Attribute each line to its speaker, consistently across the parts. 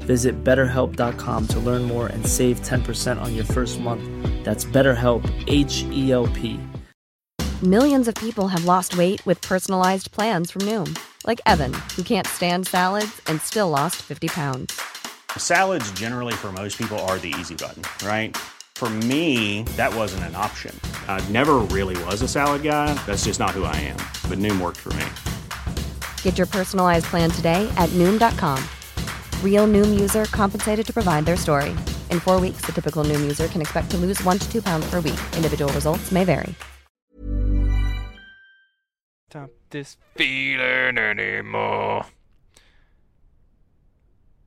Speaker 1: Visit betterhelp.com to learn more and save 10% on your first month. That's BetterHelp, H E L P.
Speaker 2: Millions of people have lost weight with personalized plans from Noom, like Evan, who can't stand salads and still lost 50 pounds.
Speaker 3: Salads, generally, for most people, are the easy button, right? For me, that wasn't an option. I never really was a salad guy. That's just not who I am. But Noom worked for me.
Speaker 2: Get your personalized plan today at Noom.com. Real Noom user compensated to provide their story. In four weeks, the typical Noom user can expect to lose one to two pounds per week. Individual results may vary.
Speaker 4: Stop this feeling anymore.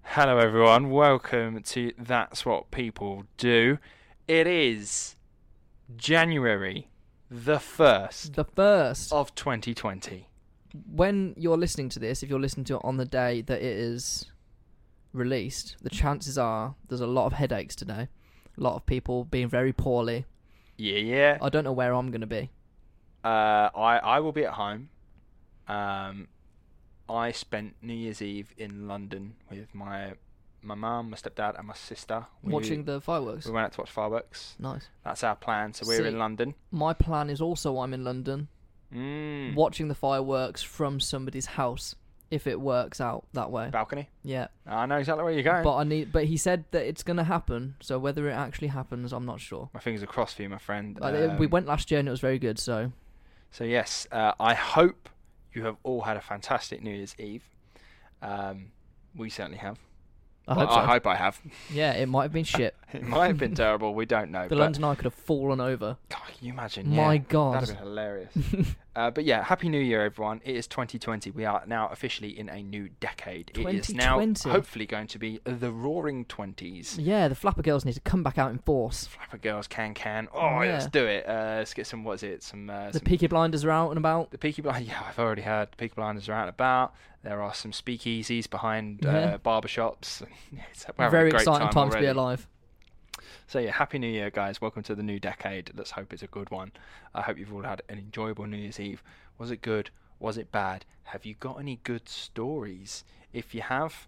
Speaker 4: Hello, everyone. Welcome to That's What People Do. It is January the 1st
Speaker 5: The first.
Speaker 4: of 2020.
Speaker 5: When you're listening to this, if you're listening to it on the day that it is released, the chances are there's a lot of headaches today. A lot of people being very poorly.
Speaker 4: Yeah, yeah.
Speaker 5: I don't know where I'm going to be.
Speaker 4: Uh, I I will be at home. Um, I spent New Year's Eve in London with my my mum, my stepdad, and my sister. We,
Speaker 5: Watching the fireworks.
Speaker 4: we went out to watch fireworks.
Speaker 5: Nice.
Speaker 4: That's our plan. So we're
Speaker 5: See-
Speaker 4: in London.
Speaker 5: My plan is also I'm in London
Speaker 4: Mm.
Speaker 5: watching the fireworks from somebody's house if it works out that way.
Speaker 4: balcony? Ah,
Speaker 5: Yeah.
Speaker 4: I know exactly where you're going.
Speaker 5: But I need but he said that it's going to happen, so whether it actually happens, I'm not sure.
Speaker 4: my fingers are crossed for you, my friend.
Speaker 5: Like, it- we
Speaker 4: Um,
Speaker 5: went last year and it was very good, so
Speaker 4: So yes, uh, I hope you have all had a fantastic New Year's Eve. Um, we certainly have.
Speaker 5: I
Speaker 4: Well,
Speaker 5: hope so.
Speaker 4: I hope I have.
Speaker 5: Yeah, it might have been shit.
Speaker 4: It might have been terrible. We don't know.
Speaker 5: The
Speaker 4: but-
Speaker 5: London Eye could have fallen over.
Speaker 4: God, can you imagine?
Speaker 5: My
Speaker 4: Yeah,
Speaker 5: God.
Speaker 4: that'd have been hilarious. uh, but yeah, happy New Year, everyone! It is 2020. We are now officially in a new decade. It is now
Speaker 5: 2020.
Speaker 4: hopefully going to be the Roaring Twenties.
Speaker 5: Yeah, the Flapper Girls need to come back out in force.
Speaker 4: Flapper girls, can can. Oh,
Speaker 5: Yeah.
Speaker 4: let's do it. Uh, let's get some. What is it? Some. Uh,
Speaker 5: The
Speaker 4: some
Speaker 5: Peaky Blinders are out and about.
Speaker 4: the Peaky Blinders, yeah, I've already heard. Peaky Blinders are out and about. There are some speakeasies behind
Speaker 5: Yeah.
Speaker 4: uh, barbershops. it's we're having a
Speaker 5: Very
Speaker 4: great
Speaker 5: exciting time, to be
Speaker 4: already.
Speaker 5: alive.
Speaker 4: So, yeah, Happy New Year, guys. Welcome to the new decade. Let's hope it's a good one. I hope you've all had an enjoyable New Year's Eve. Was it good? Was it bad? Have you got any good stories? If you have,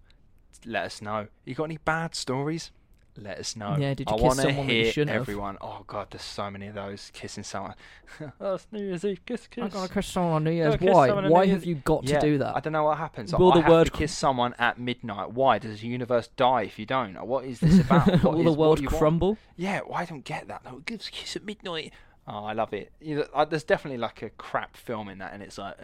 Speaker 4: let us know. You got any bad stories? Let us know.
Speaker 5: Yeah, did you
Speaker 4: I
Speaker 5: kiss
Speaker 4: wanna
Speaker 5: someone that you
Speaker 4: hear
Speaker 5: shouldn't have?
Speaker 4: everyone. Oh, God, there's so many of those. Kissing someone. oh, it's New Year's Eve. Kiss, kiss.
Speaker 5: I got to kiss someone on New Year's.
Speaker 4: Gotta kiss
Speaker 5: Why?
Speaker 4: someone on
Speaker 5: Why
Speaker 4: New
Speaker 5: have
Speaker 4: Year's-
Speaker 5: you got
Speaker 4: Yeah,
Speaker 5: to do that?
Speaker 4: I don't know what happens.
Speaker 5: Will
Speaker 4: I
Speaker 5: the
Speaker 4: have
Speaker 5: world
Speaker 4: to
Speaker 5: cr-
Speaker 4: kiss someone at midnight. Why does the universe die if you don't? What is this about? What
Speaker 5: Will
Speaker 4: is-
Speaker 5: the
Speaker 4: what
Speaker 5: world
Speaker 4: do you want?
Speaker 5: crumble?
Speaker 4: Yeah, well, I don't get that. No, it gives a kiss at midnight. Oh, I love it. You know, I- there's definitely like a crap film in that, and it's like,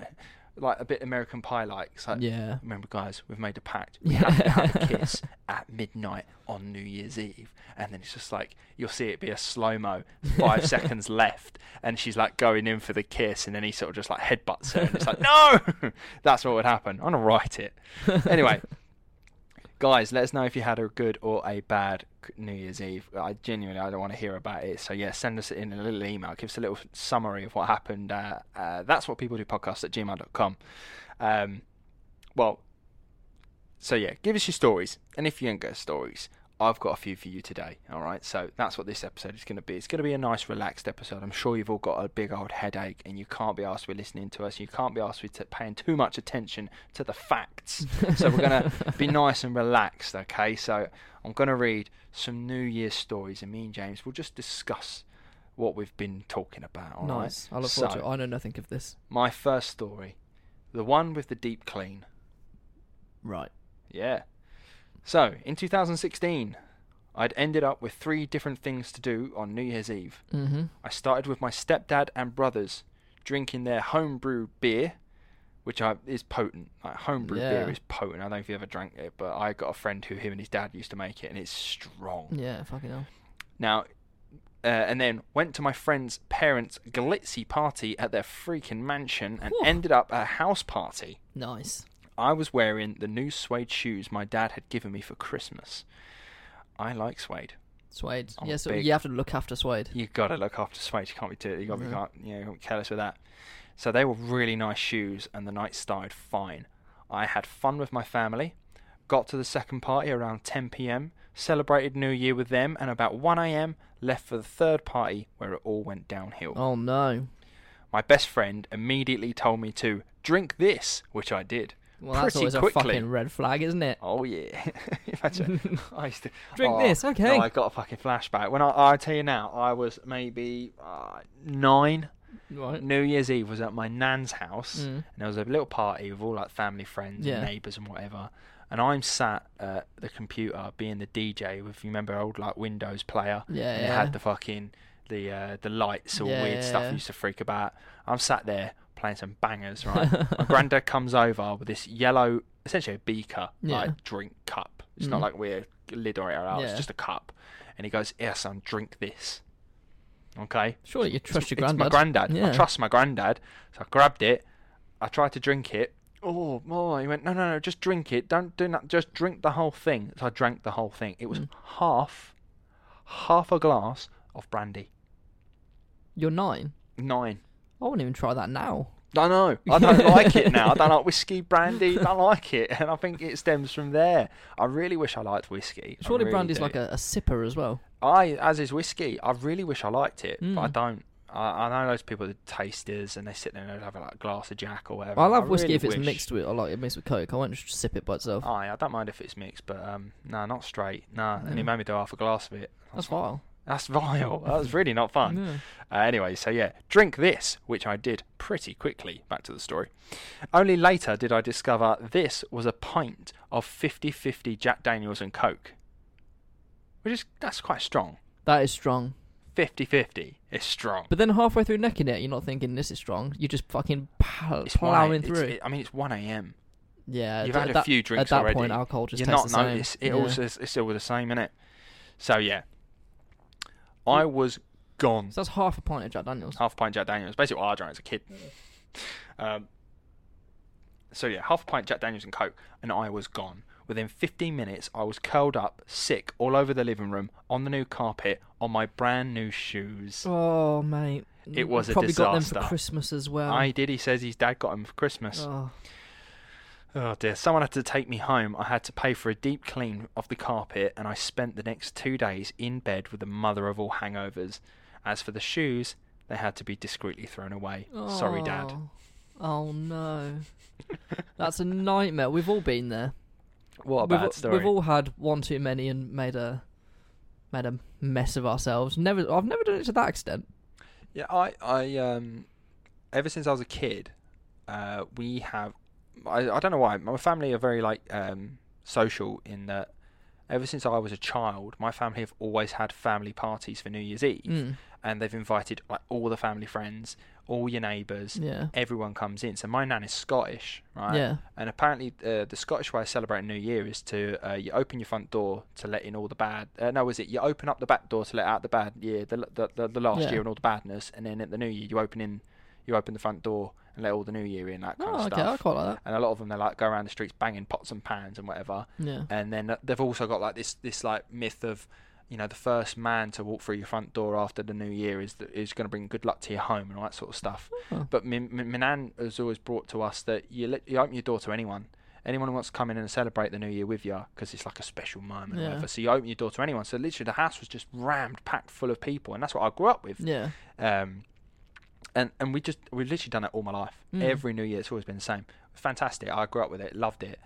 Speaker 4: like a bit American Pie like. It's like,
Speaker 5: Yeah.
Speaker 4: Remember, guys, we've made a pact. We have to have a kiss at midnight on New Year's Eve. And then it's just like, you'll see it be a slow mo, five seconds left. And she's like going in for the kiss. And then he sort of just like headbutts her. And it's like, no! That's what would happen. I'm going to write it. Anyway, guys, let us know if you had a good or a bad c- New Year's Eve. I genuinely, I don't want to hear about it. So yeah, send us in a little email. Give us a little summary of what happened. Uh, uh, that's what people do podcast at gmail.com. Um, well, so yeah, give us your stories, and if you ain't got stories, I've got a few for you today. All right, so that's what this episode is going to be. It's going to be a nice, relaxed episode. I'm sure you've all got a big old headache, and you can't be asked with listening to us. You can't be asked with t- paying too much attention to the facts. so we're going to be nice and relaxed. Okay, so I'm going to read some New Year's stories, and me and James will just discuss what we've been talking about. all right?
Speaker 5: Nice. I look forward
Speaker 4: So-
Speaker 5: to it. I know nothing of this.
Speaker 4: my first story, the one with the deep clean.
Speaker 5: Right.
Speaker 4: Yeah. So, in 2016, I'd ended up with three different things to do on New Year's Eve.
Speaker 5: Mm-hmm.
Speaker 4: I started with my stepdad and brothers drinking their homebrew beer, which I, is potent. Like homebrew
Speaker 5: Yeah.
Speaker 4: beer is potent. I don't know if you ever drank it, but I got a friend who him and his dad used to make it, and it's strong.
Speaker 5: Yeah, fucking hell.
Speaker 4: Now, uh, and then went to my friend's parents' glitzy party at their freaking mansion and
Speaker 5: Whew.
Speaker 4: ended up at a house party.
Speaker 5: Nice.
Speaker 4: I was wearing the new suede shoes my dad had given me for Christmas. I like suede.
Speaker 5: Suede.
Speaker 4: I'm
Speaker 5: yeah, so
Speaker 4: big.
Speaker 5: you have to look after suede.
Speaker 4: You gotta look after suede. You can't be too. You gotta be can't, you know, you can't be careless with that. So they were really nice shoes, and the night started fine. I had fun with my family. Got to the second party around 10 p.m. Celebrated New Year with them, and about 1 a.m. left for the third party where it all went downhill.
Speaker 5: Oh no.
Speaker 4: My best friend immediately told me to drink this, which I did.
Speaker 5: Well,
Speaker 4: pretty
Speaker 5: that's always
Speaker 4: quickly.
Speaker 5: a fucking red flag, isn't it?
Speaker 4: Oh yeah, imagine. I used to oh,
Speaker 5: Drink this, okay.
Speaker 4: No, I got a fucking flashback. When I, I tell you now, I was maybe uh, nine.
Speaker 5: Right.
Speaker 4: New Year's Eve was at my nan's house,
Speaker 5: Mm.
Speaker 4: and there was a little party with all like family, friends,
Speaker 5: Yeah.
Speaker 4: and neighbours and whatever. And I'm sat at the computer being the DJ with you remember old like Windows player,
Speaker 5: Yeah,
Speaker 4: and it
Speaker 5: yeah.
Speaker 4: had the fucking the uh, the lights, all
Speaker 5: Yeah,
Speaker 4: weird
Speaker 5: yeah,
Speaker 4: stuff
Speaker 5: yeah.
Speaker 4: I used to freak about. I'm sat there playing some bangers, right? my granddad comes over with this yellow, essentially a beaker,
Speaker 5: Yeah. Mm.
Speaker 4: like drink cup. It's not like we're lid or it out.
Speaker 5: Yeah.
Speaker 4: It's just a cup, and he goes, "Yes, son, drink this." Okay,
Speaker 5: Surely you trust your
Speaker 4: it's
Speaker 5: granddad.
Speaker 4: my granddad.
Speaker 5: Yeah.
Speaker 4: I trust my granddad. So I grabbed it. I tried to drink it. Oh, oh, he went, no, no, no, just drink it. Don't do that. Just drink the whole thing. So I drank the whole thing. It was half, half a glass of brandy.
Speaker 5: You're nine.
Speaker 4: Nine.
Speaker 5: I wouldn't even try that now.
Speaker 4: I know. I don't like it now. I don't like whiskey, brandy. I don't like it. And I think it stems from there. I really wish I liked whiskey. I
Speaker 5: Surely
Speaker 4: really
Speaker 5: brandy's
Speaker 4: do.
Speaker 5: like a, a sipper as well.
Speaker 4: I, as is whiskey, I really wish I liked it, but I
Speaker 5: Mm.
Speaker 4: don't. I, I know those people that tasters and they sit there and they'll have like a glass of Jack or whatever.
Speaker 5: I'll have whiskey
Speaker 4: really
Speaker 5: if it's
Speaker 4: wish- Ah,
Speaker 5: mixed with, I like it mixed with Coke. I won't just sip it by itself.
Speaker 4: Aye, I don't mind if it's mixed, but um, no, not straight. Nah, and he
Speaker 5: No.
Speaker 4: made me do half a glass of it.
Speaker 5: That's vile.
Speaker 4: That's vile. That was really not fun.
Speaker 5: Yeah.
Speaker 4: Uh, anyway, so yeah, drink this, which I did pretty quickly. Back to the story. Only later did I discover this was a pint of 50 50 Jack Daniels and Coke, which is that's quite strong.
Speaker 5: That is strong.
Speaker 4: 50 50 is strong.
Speaker 5: But then halfway through necking it, you're not thinking this is strong. You're just fucking pal-
Speaker 4: It's one
Speaker 5: plowing
Speaker 4: a-
Speaker 5: through.
Speaker 4: It's, it, I mean, it's 1 a.m.
Speaker 5: yeah,
Speaker 4: You've
Speaker 5: at
Speaker 4: had a
Speaker 5: that-
Speaker 4: few drinks
Speaker 5: At that
Speaker 4: already.
Speaker 5: point, alcohol just
Speaker 4: You're
Speaker 5: tastes
Speaker 4: not
Speaker 5: the same.
Speaker 4: noticed. It
Speaker 5: Yeah.
Speaker 4: also is- it's all the same, innit? So yeah, I was gone.
Speaker 5: So that's half a pint of Jack Daniels.
Speaker 4: half a pint Jack Daniels. Basically, what I drank as a kid. Um, so yeah, half a pint Jack Daniels and Coke, and I was gone. Within 15 minutes, I was curled up, sick, all over the living room, on the new carpet, on my brand new shoes.
Speaker 5: Oh mate,
Speaker 4: It was a
Speaker 5: probably got them
Speaker 4: disaster.
Speaker 5: for Christmas as well.
Speaker 4: I did. He says his dad got him for Christmas.
Speaker 5: Oh,
Speaker 4: Oh dear, someone had to take me home. I had to pay for a deep clean of the carpet, and I spent the next two days in bed with the mother of all hangovers. As for the shoes, they had to be discreetly thrown away. Sorry, Dad.
Speaker 5: Oh. Oh no, that's a nightmare. We've all been there.
Speaker 4: What a
Speaker 5: we've,
Speaker 4: bad
Speaker 5: all-
Speaker 4: story.
Speaker 5: we've all had one too many and made a made a mess of ourselves. Never, I've never done it to that extent.
Speaker 4: Yeah, I, I, um, ever since I was a kid, uh, we have, I, I don't know why, my family are very like um, social in that. Ever since I was a child, my family have always had family parties for New Year's Eve,
Speaker 5: Mm.
Speaker 4: and they've invited like all the family friends, all your neighbours,
Speaker 5: Yeah.
Speaker 4: everyone comes in. So my nan is Scottish, right?
Speaker 5: Yeah.
Speaker 4: And apparently, uh, the Scottish way of celebrating New Year is to uh, you open your front door to let in all the bad. Uh, no, is it you open up the back door to let out the bad year, the the, the, the last
Speaker 5: Yeah.
Speaker 4: year and all the badness, and then at the New Year you open in, you open the front door and let all the New Year in that kind
Speaker 5: Oh,
Speaker 4: of
Speaker 5: okay,
Speaker 4: stuff.
Speaker 5: I quite like that.
Speaker 4: And a lot of them they like go around the streets banging pots and pans and whatever.
Speaker 5: Yeah.
Speaker 4: And then uh, they've also got like this this like myth of. You know, the first man to walk through your front door after the new year is the, is going to bring good luck to your home and all that sort of stuff.
Speaker 5: Oh.
Speaker 4: But Min- Min- Minan has always brought to us that you, let, you open your door to anyone. Anyone who wants to come in and celebrate the new year with you, because it's like a special moment. or
Speaker 5: Yeah.
Speaker 4: whatever. So you open your door to anyone. So literally, the house was just rammed, packed full of people, and that's what I grew up with.
Speaker 5: Yeah.
Speaker 4: Um, and and we just we've literally done it all my life.
Speaker 5: Mm.
Speaker 4: Every New Year, it's always been the same. Fantastic. I grew up with it, loved it.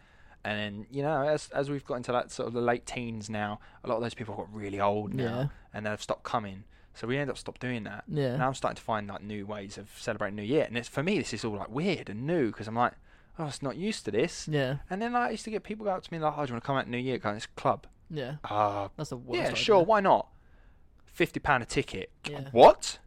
Speaker 4: And then you know, as as we've got into that sort of the late teens now, a lot of those people have got really old now,
Speaker 5: Yeah.
Speaker 4: and they've stopped coming. So we end up stopped doing that.
Speaker 5: Yeah.
Speaker 4: Now I'm starting to find like new ways of celebrating New Year, and it's for me this is all like weird and new because I'm like, oh, it's not used to this.
Speaker 5: Yeah.
Speaker 4: And then like, I used to get people go up to me like, oh, do you want to come out New Year? Go to this club.
Speaker 5: Yeah.
Speaker 4: Uh,
Speaker 5: That's the worst.
Speaker 4: yeah,
Speaker 5: idea.
Speaker 4: sure, why not? Fifty pound a ticket.
Speaker 5: Yeah.
Speaker 4: What?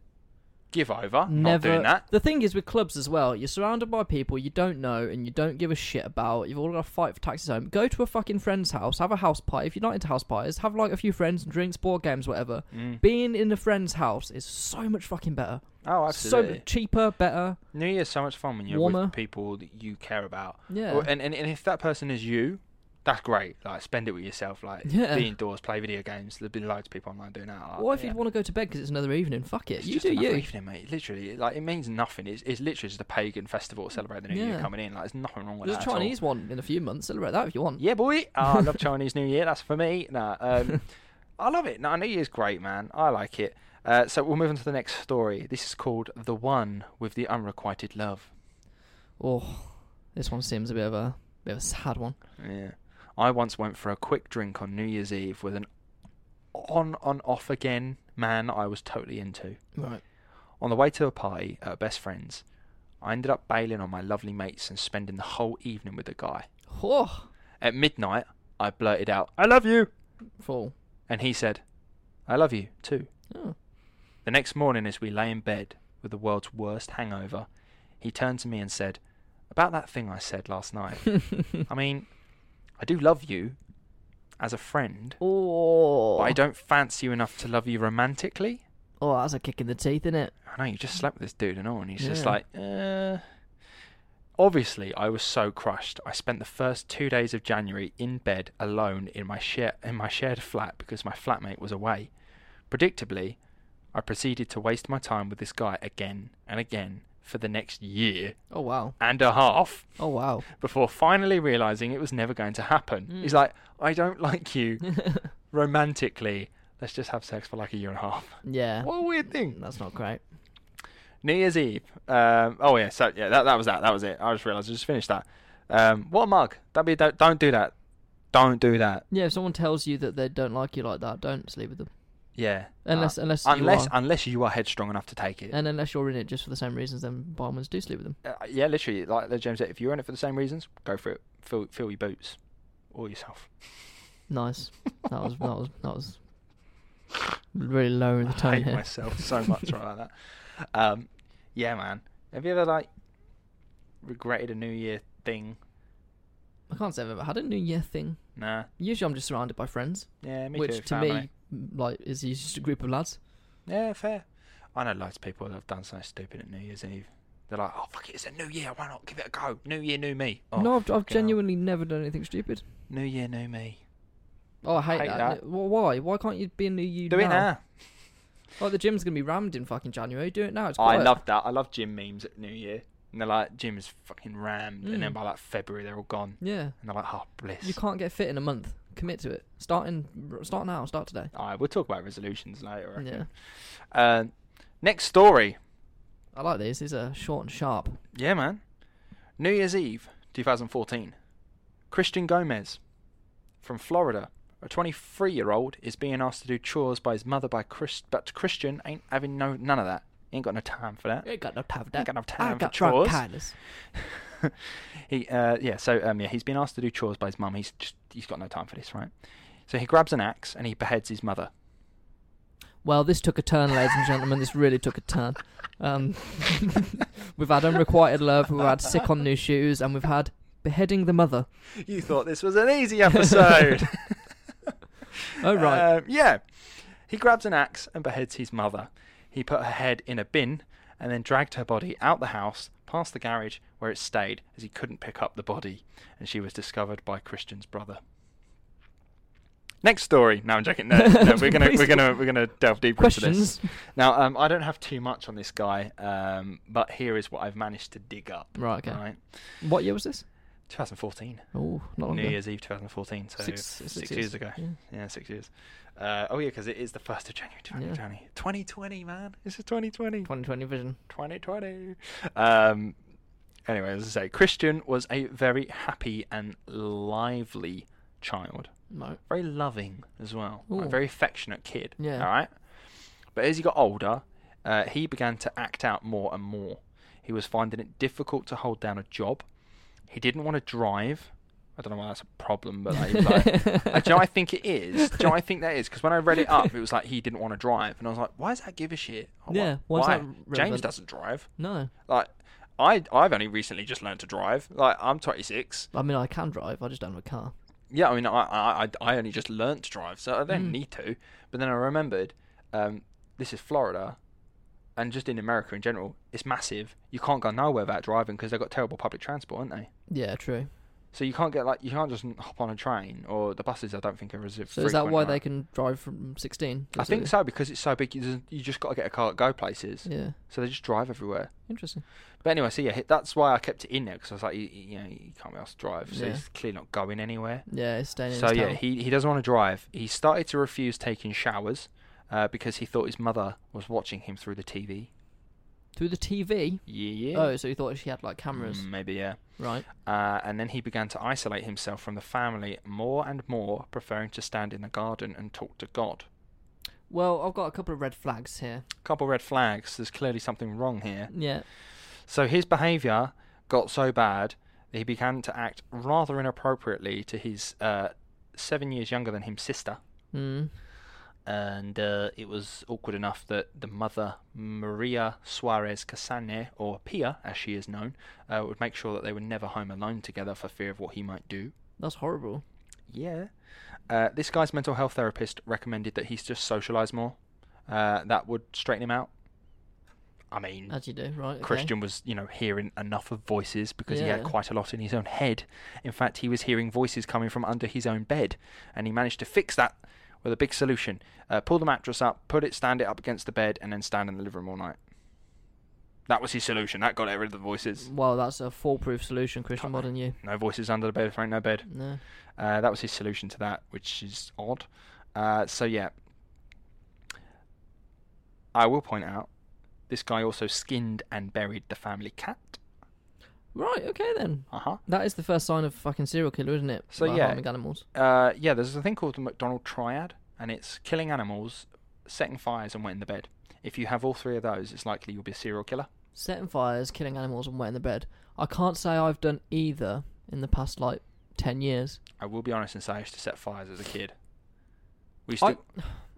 Speaker 4: Give over. Not
Speaker 5: Never.
Speaker 4: doing that.
Speaker 5: The thing is with clubs as well, you're surrounded by people you don't know and you don't give a shit about. You've all got to fight for taxes home. Go to a fucking friend's house, have a house party. If you're not into house parties, have like a few friends and drinks, board games, whatever.
Speaker 4: Mm.
Speaker 5: Being in a friend's house is so much fucking better.
Speaker 4: Oh,
Speaker 5: So
Speaker 4: absolutely.
Speaker 5: much cheaper, better.
Speaker 4: New Year's so much fun when you're
Speaker 5: Warmer.
Speaker 4: with people that you care about.
Speaker 5: Yeah.
Speaker 4: Or- and, and and if that person is you, that's great. Like spend it with yourself. Like
Speaker 5: Yeah.
Speaker 4: be indoors, play video games. There've been loads of people online doing that. Like,
Speaker 5: Or if
Speaker 4: Oh, yeah.
Speaker 5: you'd want to go to bed because it's another evening, fuck it.
Speaker 4: It's
Speaker 5: you
Speaker 4: just
Speaker 5: do
Speaker 4: another
Speaker 5: you.
Speaker 4: evening, mate. Literally, like it means nothing. It's, it's literally just a pagan festival to celebrate the new year
Speaker 5: Yeah.
Speaker 4: coming in. Like there's nothing wrong with
Speaker 5: There's
Speaker 4: that.
Speaker 5: a
Speaker 4: at all.
Speaker 5: Chinese one in a few months. Celebrate that if you want.
Speaker 4: Yeah, boy. Oh, I love Chinese New Year. That's for me. No, um, I love it. No, New Year's great, man. I like it. Uh, so we'll move on to the next story. This is called "The One with the Unrequited Love."
Speaker 5: Oh, this one seems a bit of a bit of a sad one.
Speaker 4: Yeah. I once went for a quick drink on New Year's Eve with an on on off again man I was totally into.
Speaker 5: Right.
Speaker 4: On the way to a party at a best friend's, I ended up bailing on my lovely mates and spending the whole evening with the guy.
Speaker 5: Oh,
Speaker 4: At midnight, I blurted out, "I love you,"
Speaker 5: full.
Speaker 4: and he said, "I love you too."
Speaker 5: Oh.
Speaker 4: The next morning, as we lay in bed with the world's worst hangover, he turned to me and said, About that thing I said last night. I mean, I do love you as a friend,
Speaker 5: Oh.
Speaker 4: but I don't fancy you enough to love you romantically.
Speaker 5: Oh, that's a kick in the teeth, isn't it?
Speaker 4: I know you just slept with this dude and all, and he's just
Speaker 5: Yeah.
Speaker 4: like, uh. Obviously, I was so crushed. I spent the first two days of January in bed alone in my share in my shared flat because my flatmate was away. Predictably, I proceeded to waste my time with this guy again and again for the next year
Speaker 5: Oh wow.
Speaker 4: and a half
Speaker 5: Oh wow.
Speaker 4: before finally realizing it was never going to happen. He's like, I don't like you romantically. Let's just have sex for like a year and a half.
Speaker 5: Yeah.
Speaker 4: What a weird thing.
Speaker 5: That's not great.
Speaker 4: New Year's Eve. Um, oh yeah, so yeah, that, that was that. That was it. I just realised I just finished that. Um, what a mug. That'd be don't, don't do that. Don't do that.
Speaker 5: Yeah, if someone tells you that they don't like you like that, don't sleep with them.
Speaker 4: Yeah.
Speaker 5: Unless- unless you
Speaker 4: unless
Speaker 5: are-
Speaker 4: unless you are headstrong enough to take it.
Speaker 5: And unless you're in it just for the same reasons, then by all means do sleep with them.
Speaker 4: Uh, yeah, literally, like the James said, if you're in it for the same reasons, go for it. Fill fill your boots, or yourself.
Speaker 5: Nice. That was that was that was really low in the
Speaker 4: I
Speaker 5: tone
Speaker 4: hate
Speaker 5: here.
Speaker 4: myself so much right like that. Um, yeah, man. Have you ever like regretted a New Year thing?
Speaker 5: I can't say I've ever had a New Year thing.
Speaker 4: Nah.
Speaker 5: Usually I'm just surrounded by friends,
Speaker 4: Yeah, me
Speaker 5: which
Speaker 4: too.
Speaker 5: to
Speaker 4: family.
Speaker 5: me m- like is just a group of lads.
Speaker 4: Yeah, fair. I know loads of people that have done something stupid at New Year's Eve. They're like, oh, fuck it, it's a new year, why not give it a go? New year, new me. Oh,
Speaker 5: no, I've, I've
Speaker 4: fucking hell.
Speaker 5: genuinely never done anything stupid.
Speaker 4: New year, new me.
Speaker 5: Oh, I hate,
Speaker 4: Hate
Speaker 5: that.
Speaker 4: that.
Speaker 5: Wh- Why? Why can't you be a new you
Speaker 4: Do
Speaker 5: now?
Speaker 4: it now.
Speaker 5: Like the gym's gonna be rammed in fucking January. Do it now. It's
Speaker 4: I
Speaker 5: quiet.
Speaker 4: love that. I love gym memes at New Year. And they're like, gym is fucking rammed. And then
Speaker 5: Mm.
Speaker 4: by like February, they're all gone.
Speaker 5: Yeah.
Speaker 4: And they're like, oh, bliss.
Speaker 5: You can't get fit in a month. Commit to it. Start in. Start now. Start today.
Speaker 4: All right, we'll talk about resolutions later. I
Speaker 5: Yeah.
Speaker 4: reckon. Uh, next story.
Speaker 5: I like these. These are short and sharp.
Speaker 4: Yeah, man. New Year's Eve, 2014. Christian Gomez from Florida, a 23 year old, is being asked to do chores by his mother, by Chris, but Christian ain't having no none of that. He ain't got no time for that.
Speaker 5: ain't got no time for that.
Speaker 4: Ain't got no time
Speaker 5: I
Speaker 4: for
Speaker 5: got
Speaker 4: chores.
Speaker 5: bronchitis.
Speaker 4: He, uh, yeah, so um, yeah, he's been asked to do chores by his mum. He's just he's got no time for this, right? So he grabs an axe and he beheads his mother.
Speaker 5: Well, this took a turn, ladies and gentlemen. This really took a turn. Um, we've had unrequited love. We've had sick on new shoes, and we've had beheading the mother.
Speaker 4: You thought this was an easy episode.
Speaker 5: Oh right.
Speaker 4: Um, yeah. He grabs an axe and beheads his mother. He put her head in a bin and then dragged her body out the house, past the garage, where it stayed, as he couldn't pick up the body, and she was discovered by Christian's brother. Next story. No, I'm joking. No, no, we're gonna we're gonna we're gonna delve deeper
Speaker 5: Questions?
Speaker 4: into this. Now, um, I don't have too much on this guy, um, but here is what I've managed to dig up.
Speaker 5: Right, okay.
Speaker 4: Right.
Speaker 5: what year was this?
Speaker 4: 2014.
Speaker 5: Oh, not long
Speaker 4: New
Speaker 5: ago.
Speaker 4: Year's Eve 2014, so
Speaker 5: Six-
Speaker 4: six
Speaker 5: six
Speaker 4: years,
Speaker 5: years,
Speaker 4: ago.
Speaker 5: yeah.
Speaker 4: Yeah, six years. Uh, oh, yeah, because it is the 1st of January 2020. 2020, man. This is 2020.
Speaker 5: 2020 vision.
Speaker 4: 2020. Um, anyway, as I say, Christian was a very happy and lively child.
Speaker 5: No.
Speaker 4: Very loving as well. Like,
Speaker 5: Ooh.
Speaker 4: very affectionate kid.
Speaker 5: Yeah.
Speaker 4: All right? But as he got older, uh, he began to act out more and more. He was finding it difficult to hold down a job. He didn't want to drive I don't know why that's a problem, but like, he was like- Uh, do you know what I think it is? Do you know what I think that is? Because when I read it up, it was like he didn't want to drive, and I was like, why does that give a shit? Oh, why-
Speaker 5: Yeah, why
Speaker 4: why?
Speaker 5: is that
Speaker 4: James
Speaker 5: relevant?
Speaker 4: doesn't drive.
Speaker 5: No.
Speaker 4: Like, I I've only recently just learned to drive. Like, I'm 26.
Speaker 5: I mean, I can drive. I just don't have a car.
Speaker 4: Yeah, I mean, I I, I I only just learnt to drive, so I
Speaker 5: Mm.
Speaker 4: don't need to. But then I remembered, um, this is Florida, and just in America in general, it's massive. You can't go nowhere without driving because they've got terrible public transport, aren't they?
Speaker 5: Yeah, true.
Speaker 4: So you can't get like you can't just hop on a train or the buses. I don't think are as
Speaker 5: So is that why they can drive from 16?
Speaker 4: I think so because it's so big. You just, you just got to get a car that go places.
Speaker 5: Yeah.
Speaker 4: So they just drive everywhere.
Speaker 5: Interesting.
Speaker 4: But anyway, so yeah, he- that's why I kept it in there because I was like, you, you know, you can't be asked to drive, so
Speaker 5: Yeah.
Speaker 4: he's clearly not going anywhere.
Speaker 5: Yeah, it's staying in
Speaker 4: So
Speaker 5: his
Speaker 4: yeah,
Speaker 5: town.
Speaker 4: he he doesn't want to drive. He started to refuse taking showers uh, because he thought his mother was watching him through the TV.
Speaker 5: Through the TV?
Speaker 4: Yeah.
Speaker 5: Oh, so he thought she had, like, cameras.
Speaker 4: Mm, maybe yeah.
Speaker 5: Right.
Speaker 4: Uh, and then he began to isolate himself from the family more and more, preferring to stand in the garden and talk to God.
Speaker 5: Well, I've got a couple of red flags here.
Speaker 4: Couple red flags. There's clearly something wrong here.
Speaker 5: Yeah.
Speaker 4: So his behaviour got so bad that he began to act rather inappropriately to his uh, seven years younger than him sister.
Speaker 5: Mm.
Speaker 4: And uh, it was awkward enough that the mother, Maria Suarez Casane, or Pia as she is known, uh, would make sure that they were never home alone together for fear of what he might do.
Speaker 5: That's horrible.
Speaker 4: Yeah. Uh, this guy's mental health therapist recommended that he's just socialise more. Uh, that would straighten him out. I mean,
Speaker 5: As you do, right? okay.
Speaker 4: Christian was, you know, hearing enough of voices because he had
Speaker 5: Yeah.
Speaker 4: quite a lot in his own head. In fact, he was hearing voices coming from under his own bed, and he managed to fix that with a big solution: uh, pull the mattress up, put it, stand it up against the bed, and then stand in the living room all night. That was his solution. That got rid of the voices.
Speaker 5: Well, that's a foolproof solution, Christian. More than you.
Speaker 4: No voices under the bed. If there ain't no bed.
Speaker 5: No.
Speaker 4: Uh, that was his solution to that, which is odd. Uh, so yeah, I will point out this guy also skinned and buried the family cat.
Speaker 5: Right. Okay then.
Speaker 4: Uh huh.
Speaker 5: That is the first sign of fucking serial killer, isn't it?
Speaker 4: So,
Speaker 5: About
Speaker 4: yeah.
Speaker 5: harming animals.
Speaker 4: Uh, yeah, there's a thing called the McDonald Triad, and it's killing animals, setting fires, and wetting the bed. If you have all three of those, it's likely you'll be a serial killer.
Speaker 5: Setting fires, killing animals, and wetting the bed. I can't say I've done either in the past like ten years.
Speaker 4: I will be honest and say I used to set fires as a kid. We used
Speaker 5: I,
Speaker 4: to.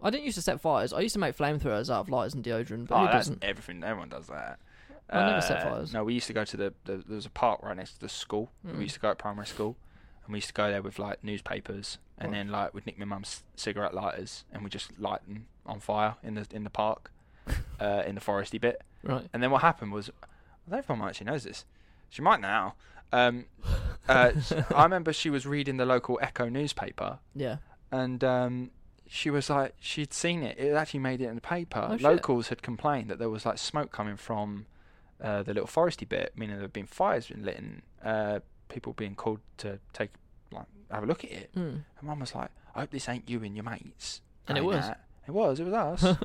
Speaker 5: I didn't used to set fires. I used to make flamethrowers out of lighters and deodorant, but
Speaker 4: oh,
Speaker 5: who
Speaker 4: that's
Speaker 5: doesn't?
Speaker 4: everything. Everyone does that.
Speaker 5: I never set
Speaker 4: Uh,
Speaker 5: fires. Mm.
Speaker 4: No, we used to go to the, the there was a park right next to the school. We used to go at primary school, and we used to go there with like newspapers, and
Speaker 5: Right.
Speaker 4: then like we'd nick my mum's cigarette lighters, and we just light them on fire in the in the park, uh, in the foresty bit.
Speaker 5: Right.
Speaker 4: And then what happened was, I don't know if my mum actually knows this. She might now. Um, uh, s- I remember she was reading the local Echo newspaper,
Speaker 5: Yeah.
Speaker 4: and um, she was like, she'd seen it. It actually made it in the paper.
Speaker 5: Oh, shit.
Speaker 4: Locals had complained that there was like smoke coming from uh, the little foresty bit, meaning there had been fires been lit and uh, people being called to take like have a look at it.
Speaker 5: Mm.
Speaker 4: And mum was like, I hope this ain't you and your mates.
Speaker 5: And it
Speaker 4: doing
Speaker 5: was.
Speaker 4: that." It was. It was us.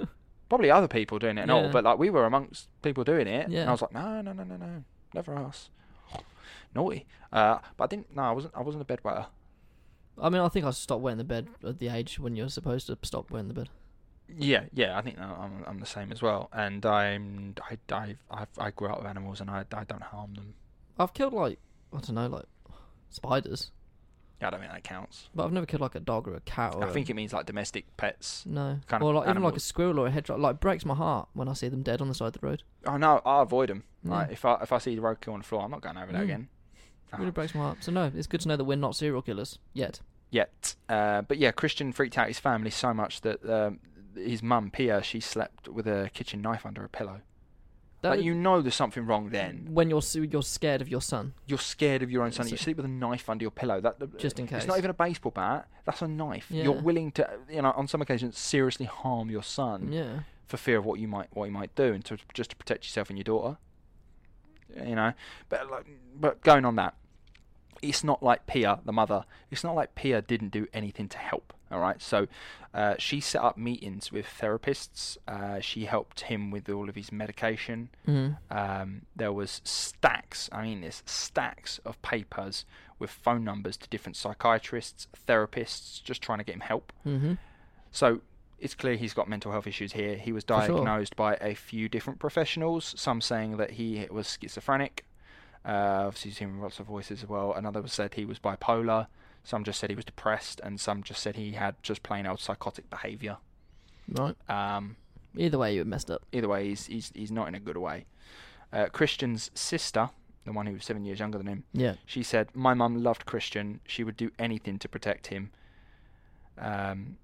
Speaker 4: Probably other people doing it and all,
Speaker 5: Yeah.
Speaker 4: but like we were amongst people doing it. And
Speaker 5: Yeah.
Speaker 4: I was like, no, no, no, no, no, never us. Naughty. Uh, but I didn't. No, I wasn't. I wasn't a bedwetter.
Speaker 5: I mean, I think I stopped wetting the bed at the age when you're supposed to stop wetting the bed.
Speaker 4: Yeah, yeah. I think no, I'm. I'm the same as well. And I'm. I. I. I, I grew up with animals, and I. I don't harm them.
Speaker 5: I've killed like I don't know, like spiders,
Speaker 4: Yeah, I don't think that counts.
Speaker 5: but I've never killed like a dog or a cat. Or
Speaker 4: I
Speaker 5: a-
Speaker 4: think it means like domestic pets.
Speaker 5: No.
Speaker 4: kind of
Speaker 5: or like even like a
Speaker 4: animals.
Speaker 5: squirrel or a hedgehog. Like breaks my heart when I see them dead on the side of the road.
Speaker 4: Oh no, I avoid them.
Speaker 5: Yeah.
Speaker 4: Like if I if I see the roadkill on the floor, I'm not going over there
Speaker 5: Mm.
Speaker 4: again.
Speaker 5: Really
Speaker 4: Ah.
Speaker 5: breaks my heart. So no, it's good to know that we're not serial killers yet.
Speaker 4: yet. Uh, but yeah, Christian freaked out his family so much that um, his mum, Pia, she slept with a kitchen knife under a pillow.
Speaker 5: That
Speaker 4: like, you know there's something wrong then.
Speaker 5: when you're s- you're scared of your son.
Speaker 4: You're scared of your own son.
Speaker 5: That's
Speaker 4: You
Speaker 5: it.
Speaker 4: sleep with a knife under your pillow. That
Speaker 5: Just in
Speaker 4: It's
Speaker 5: case.
Speaker 4: not even a baseball bat. That's a knife. You're
Speaker 5: Yeah.
Speaker 4: willing to, you know, on some occasions, seriously harm your son
Speaker 5: Yeah.
Speaker 4: for fear of what you might what you might do, and to just to protect yourself and your daughter. You know, but like, but going on that, it's not like Pia, the mother. It's not like Pia didn't do anything to help. All right, so uh, she set up meetings with therapists. Uh, she helped him with all of his medication.
Speaker 5: Mm-hmm.
Speaker 4: Um, there was stacks. I mean, this stacks of papers with phone numbers to different psychiatrists, therapists, just trying to get him help.
Speaker 5: Mm-hmm.
Speaker 4: So it's clear he's got mental health issues here. He was
Speaker 5: For sure.
Speaker 4: diagnosed by a few different professionals, some saying that he was schizophrenic, Uh, obviously, you've seen lots of voices as well. Another was said he was bipolar. Some just said he was depressed, and some just said he had just plain old psychotic behaviour.
Speaker 5: Right.
Speaker 4: Um,
Speaker 5: Either way, you were messed up.
Speaker 4: either way, he's he's he's not in a good way. Uh, Christian's sister, the one who was seven years younger than him,
Speaker 5: Yeah.
Speaker 4: she said, "My mum loved Christian. She would do anything to protect him. Um,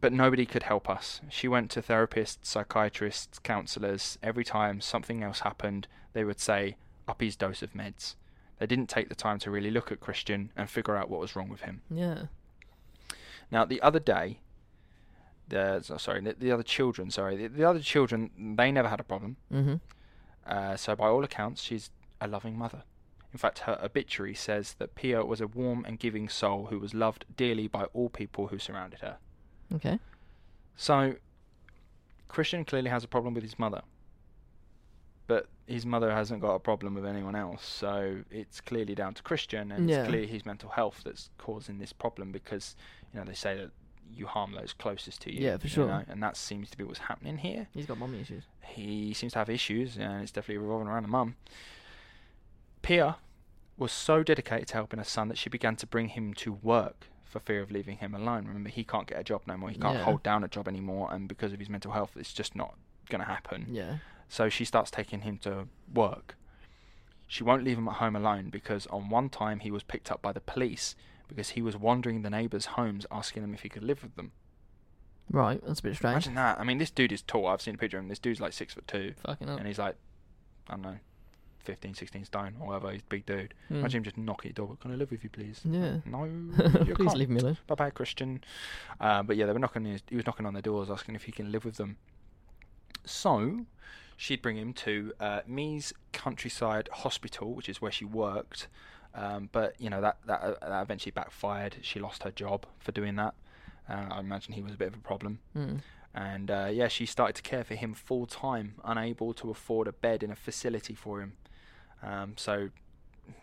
Speaker 4: but nobody could help us. She went to therapists, psychiatrists, counsellors. Every time something else happened, they would say, up his dose of meds. They didn't take the time to really look at Christian and figure out what was wrong with him.
Speaker 5: Yeah.
Speaker 4: Now, the other day, the so- sorry, the, the other children, sorry, the, the other children, they never had a problem.
Speaker 5: Mm-hmm.
Speaker 4: Uh, so, by all accounts, she's a loving mother. In fact, her obituary says that Pia was a warm and giving soul who was loved dearly by all people who surrounded her.
Speaker 5: Okay.
Speaker 4: So, Christian clearly has a problem with his mother. But his mother hasn't got a problem with anyone else, so it's clearly down to Christian, and
Speaker 5: Yeah.
Speaker 4: it's clearly his mental health that's causing this problem because, you know, they say that you harm those closest to you.
Speaker 5: Yeah, for
Speaker 4: you
Speaker 5: sure.
Speaker 4: know, and that seems to be what's happening here
Speaker 5: He's got mommy issues.
Speaker 4: he seems to have issues, and it's definitely revolving around the mum. Pia was so dedicated to helping her son that she began to bring him to work for fear of leaving him alone. Remember, he can't get a job no more. He can't
Speaker 5: Yeah.
Speaker 4: hold down a job anymore, and because of his mental health, it's just not going to happen.
Speaker 5: Yeah.
Speaker 4: So she starts taking him to work. She won't leave him at home alone because on one time he was picked up by the police because he was wandering the neighbours' homes asking them if he could live with them.
Speaker 5: Right. That's a bit strange.
Speaker 4: Imagine that. I mean, this dude is tall. I've seen a picture of him. This dude's like six foot two
Speaker 5: Fucking up.
Speaker 4: and he's like, I don't know, 15, 16 stone or whatever. He's a big dude.
Speaker 5: Mm.
Speaker 4: Imagine him just knocking at your door. Can I live with you, please?
Speaker 5: Yeah.
Speaker 4: No, you
Speaker 5: Hmm. Please
Speaker 4: can't.
Speaker 5: leave me alone.
Speaker 4: Bye bye, Christian. Uh, but yeah, they were knocking. His, he was knocking on their doors, asking if he can live with them. So, she'd bring him to uh, Mee's Countryside Hospital, which is where she worked. Um, but you know that that, uh, that eventually backfired. She lost her job for doing that. Uh, I imagine he was a bit of a problem.
Speaker 5: Mm.
Speaker 4: And uh, yeah, she started to care for him full time, unable to afford a bed in a facility for him. Um, so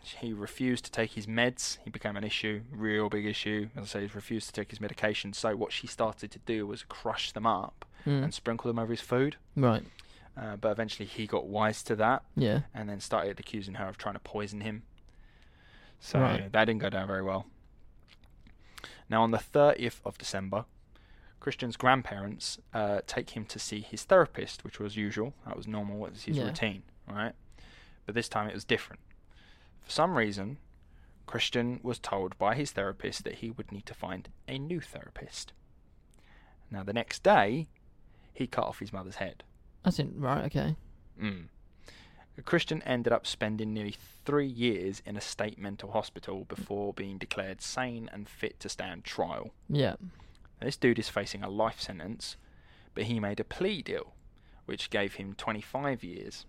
Speaker 4: he refused to take his meds. He became an issue, real big issue. As I say, he refused to take his medication. So what she started to do was crush them up
Speaker 5: Mm.
Speaker 4: and sprinkle them over his food.
Speaker 5: Right.
Speaker 4: Uh, but eventually he got wise to that
Speaker 5: Yeah.
Speaker 4: and then started accusing her of trying to poison him. So
Speaker 5: Right.
Speaker 4: that didn't go down very well. Now, on the 30th of December, Christian's grandparents uh, take him to see his therapist, which was usual. That was normal. It was his
Speaker 5: Yeah.
Speaker 4: routine, right? But this time it was different. For some reason, Christian was told by his therapist that he would need to find a new therapist. Now, the next day, he cut off his mother's head.
Speaker 5: I think. Right. Okay.
Speaker 4: Mm. Christian ended up spending nearly three years in a state mental hospital before being declared sane and fit to stand trial.
Speaker 5: Yeah.
Speaker 4: Now, this dude is facing a life sentence, but he made a plea deal, which gave him 25 years,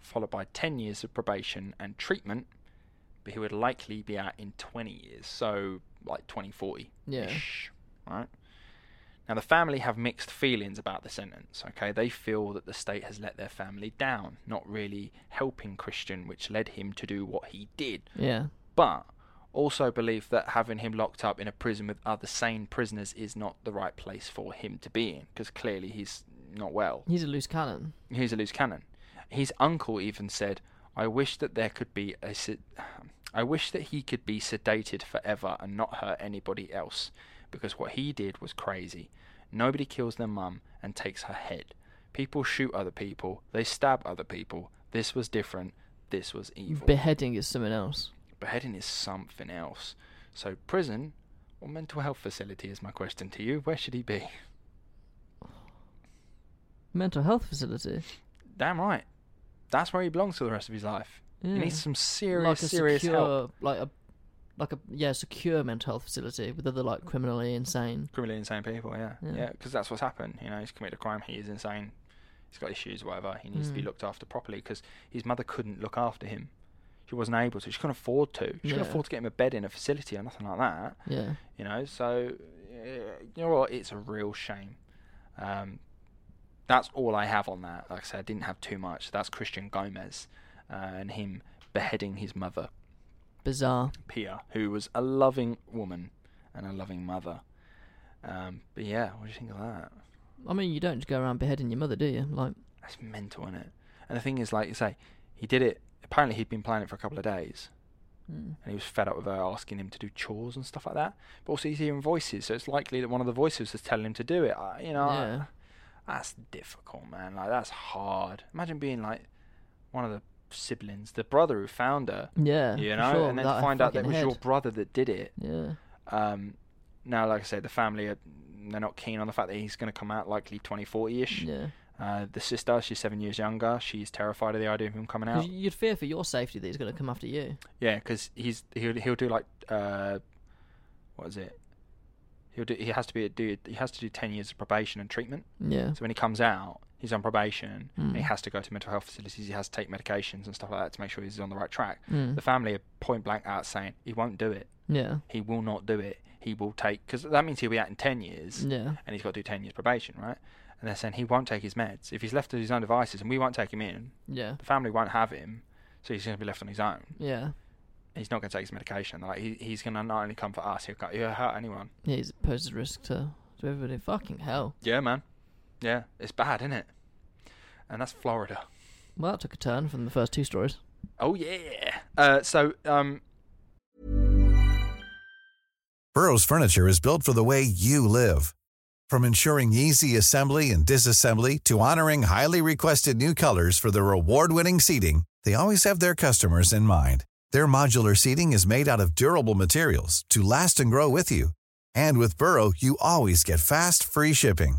Speaker 4: followed by 10 years of probation and treatment, but he would likely be out in 20 years, so like 2040.
Speaker 5: Yeah.
Speaker 4: Right? Now, the family have mixed feelings about the sentence, okay? They feel that the state has let their family down, not really helping Christian, which led him to do what he did,
Speaker 5: Yeah.
Speaker 4: but also believe that having him locked up in a prison with other sane prisoners is not the right place for him to be in because clearly he's not well.
Speaker 5: He's a loose cannon.
Speaker 4: He's a loose cannon. His uncle even said, "I wish that there could be a sed- I wish that he could be sedated forever and not hurt anybody else because what he did was crazy. Nobody kills their mum and takes her head. People shoot other people, they stab other people. This was different. This was evil."
Speaker 5: Beheading is something else.
Speaker 4: beheading is something else. So prison or mental health facility is my question to you. Where should he be?
Speaker 5: Mental health facility.
Speaker 4: Damn right. That's where he belongs for the rest of his life.
Speaker 5: Yeah.
Speaker 4: He needs some serious,
Speaker 5: like a
Speaker 4: serious
Speaker 5: secure,
Speaker 4: help.
Speaker 5: like a, like a yeah, secure mental health facility with other like criminally insane.
Speaker 4: Criminally insane people, yeah,
Speaker 5: Yeah.
Speaker 4: yeah, because that's what's happened. You know, he's committed a crime. He is insane. He's got issues, whatever. He needs to be
Speaker 5: Mm.
Speaker 4: looked after properly because his mother couldn't look after him. She wasn't able to. She couldn't afford to. She
Speaker 5: Yeah.
Speaker 4: couldn't afford to get him a bed in a facility or nothing like that.
Speaker 5: Yeah.
Speaker 4: you know. So uh, you know what? It's a real shame. Um, that's all I have on that. Like I said, I didn't have too much. That's Christian Gomez uh, and him beheading his mother,
Speaker 5: Bizarre.
Speaker 4: Pia, who was a loving woman and a loving mother. Um, but yeah, what do you think of that?
Speaker 5: I mean, you don't just go around beheading your mother, do you? Like,
Speaker 4: That's mental, is it? And the thing is, like you say, he did it apparently he'd been playing it for a couple of days,
Speaker 5: Hmm.
Speaker 4: and he was fed up with her asking him to do chores and stuff like that. But also he's hearing voices, so it's likely that one of the voices is telling him to do it. I, you know, I-
Speaker 5: Yeah.
Speaker 4: that's difficult, man. Like that's hard. Imagine being like one of the siblings, the brother who found her,
Speaker 5: Yeah.
Speaker 4: you
Speaker 5: for
Speaker 4: know,
Speaker 5: sure,
Speaker 4: and then
Speaker 5: without a
Speaker 4: find out that it
Speaker 5: fucking
Speaker 4: was
Speaker 5: head.
Speaker 4: your brother that did it.
Speaker 5: Yeah.
Speaker 4: Um, now, like I said, the family are they're not keen on the fact that he's going to come out likely 2040 ish.
Speaker 5: Yeah.
Speaker 4: Uh, the sister, she's seven years younger. She's terrified of the idea of him coming out.
Speaker 5: Because
Speaker 4: Yeah,
Speaker 5: you'd fear for your safety that he's going to come after you.
Speaker 4: 'cause he's he'll he'll do like uh, what is it? He'll do. He has to be a do. He has to do ten years of probation and treatment.
Speaker 5: Yeah.
Speaker 4: So when he comes out, he's on probation. and He has to go to mental health facilities. He has to take medications and stuff like that to make sure he's on the right track.
Speaker 5: Hmm.
Speaker 4: The family are point blank out saying he won't do it.
Speaker 5: Mm. Yeah.
Speaker 4: He will not do it. He will take because that means he'll be out in ten years.
Speaker 5: Yeah.
Speaker 4: and he's got to do 10 years probation, right? And they're saying he won't take his meds. If he's left to his own devices and we won't take him in,
Speaker 5: Yeah.
Speaker 4: the family won't have him, so he's going to be left on his own.
Speaker 5: Yeah.
Speaker 4: He's not going to take his medication. They're like, he, he's going to not only come for us, he'll, go- he'll hurt anyone.
Speaker 5: Yeah. He poses risk to, to everybody. Fucking hell.
Speaker 4: Yeah, man. Yeah, it's bad, isn't it? And that's Florida.
Speaker 5: Well, that took a turn from the first two stories.
Speaker 4: Oh, yeah. Uh, so, um,
Speaker 6: Burrow's furniture is built for the way you live. From ensuring easy assembly and disassembly to honoring highly requested new colors for their award-winning seating, they always have their customers in mind. Their modular seating is made out of durable materials to last and grow with you. And with Burrow, you always get fast, free shipping.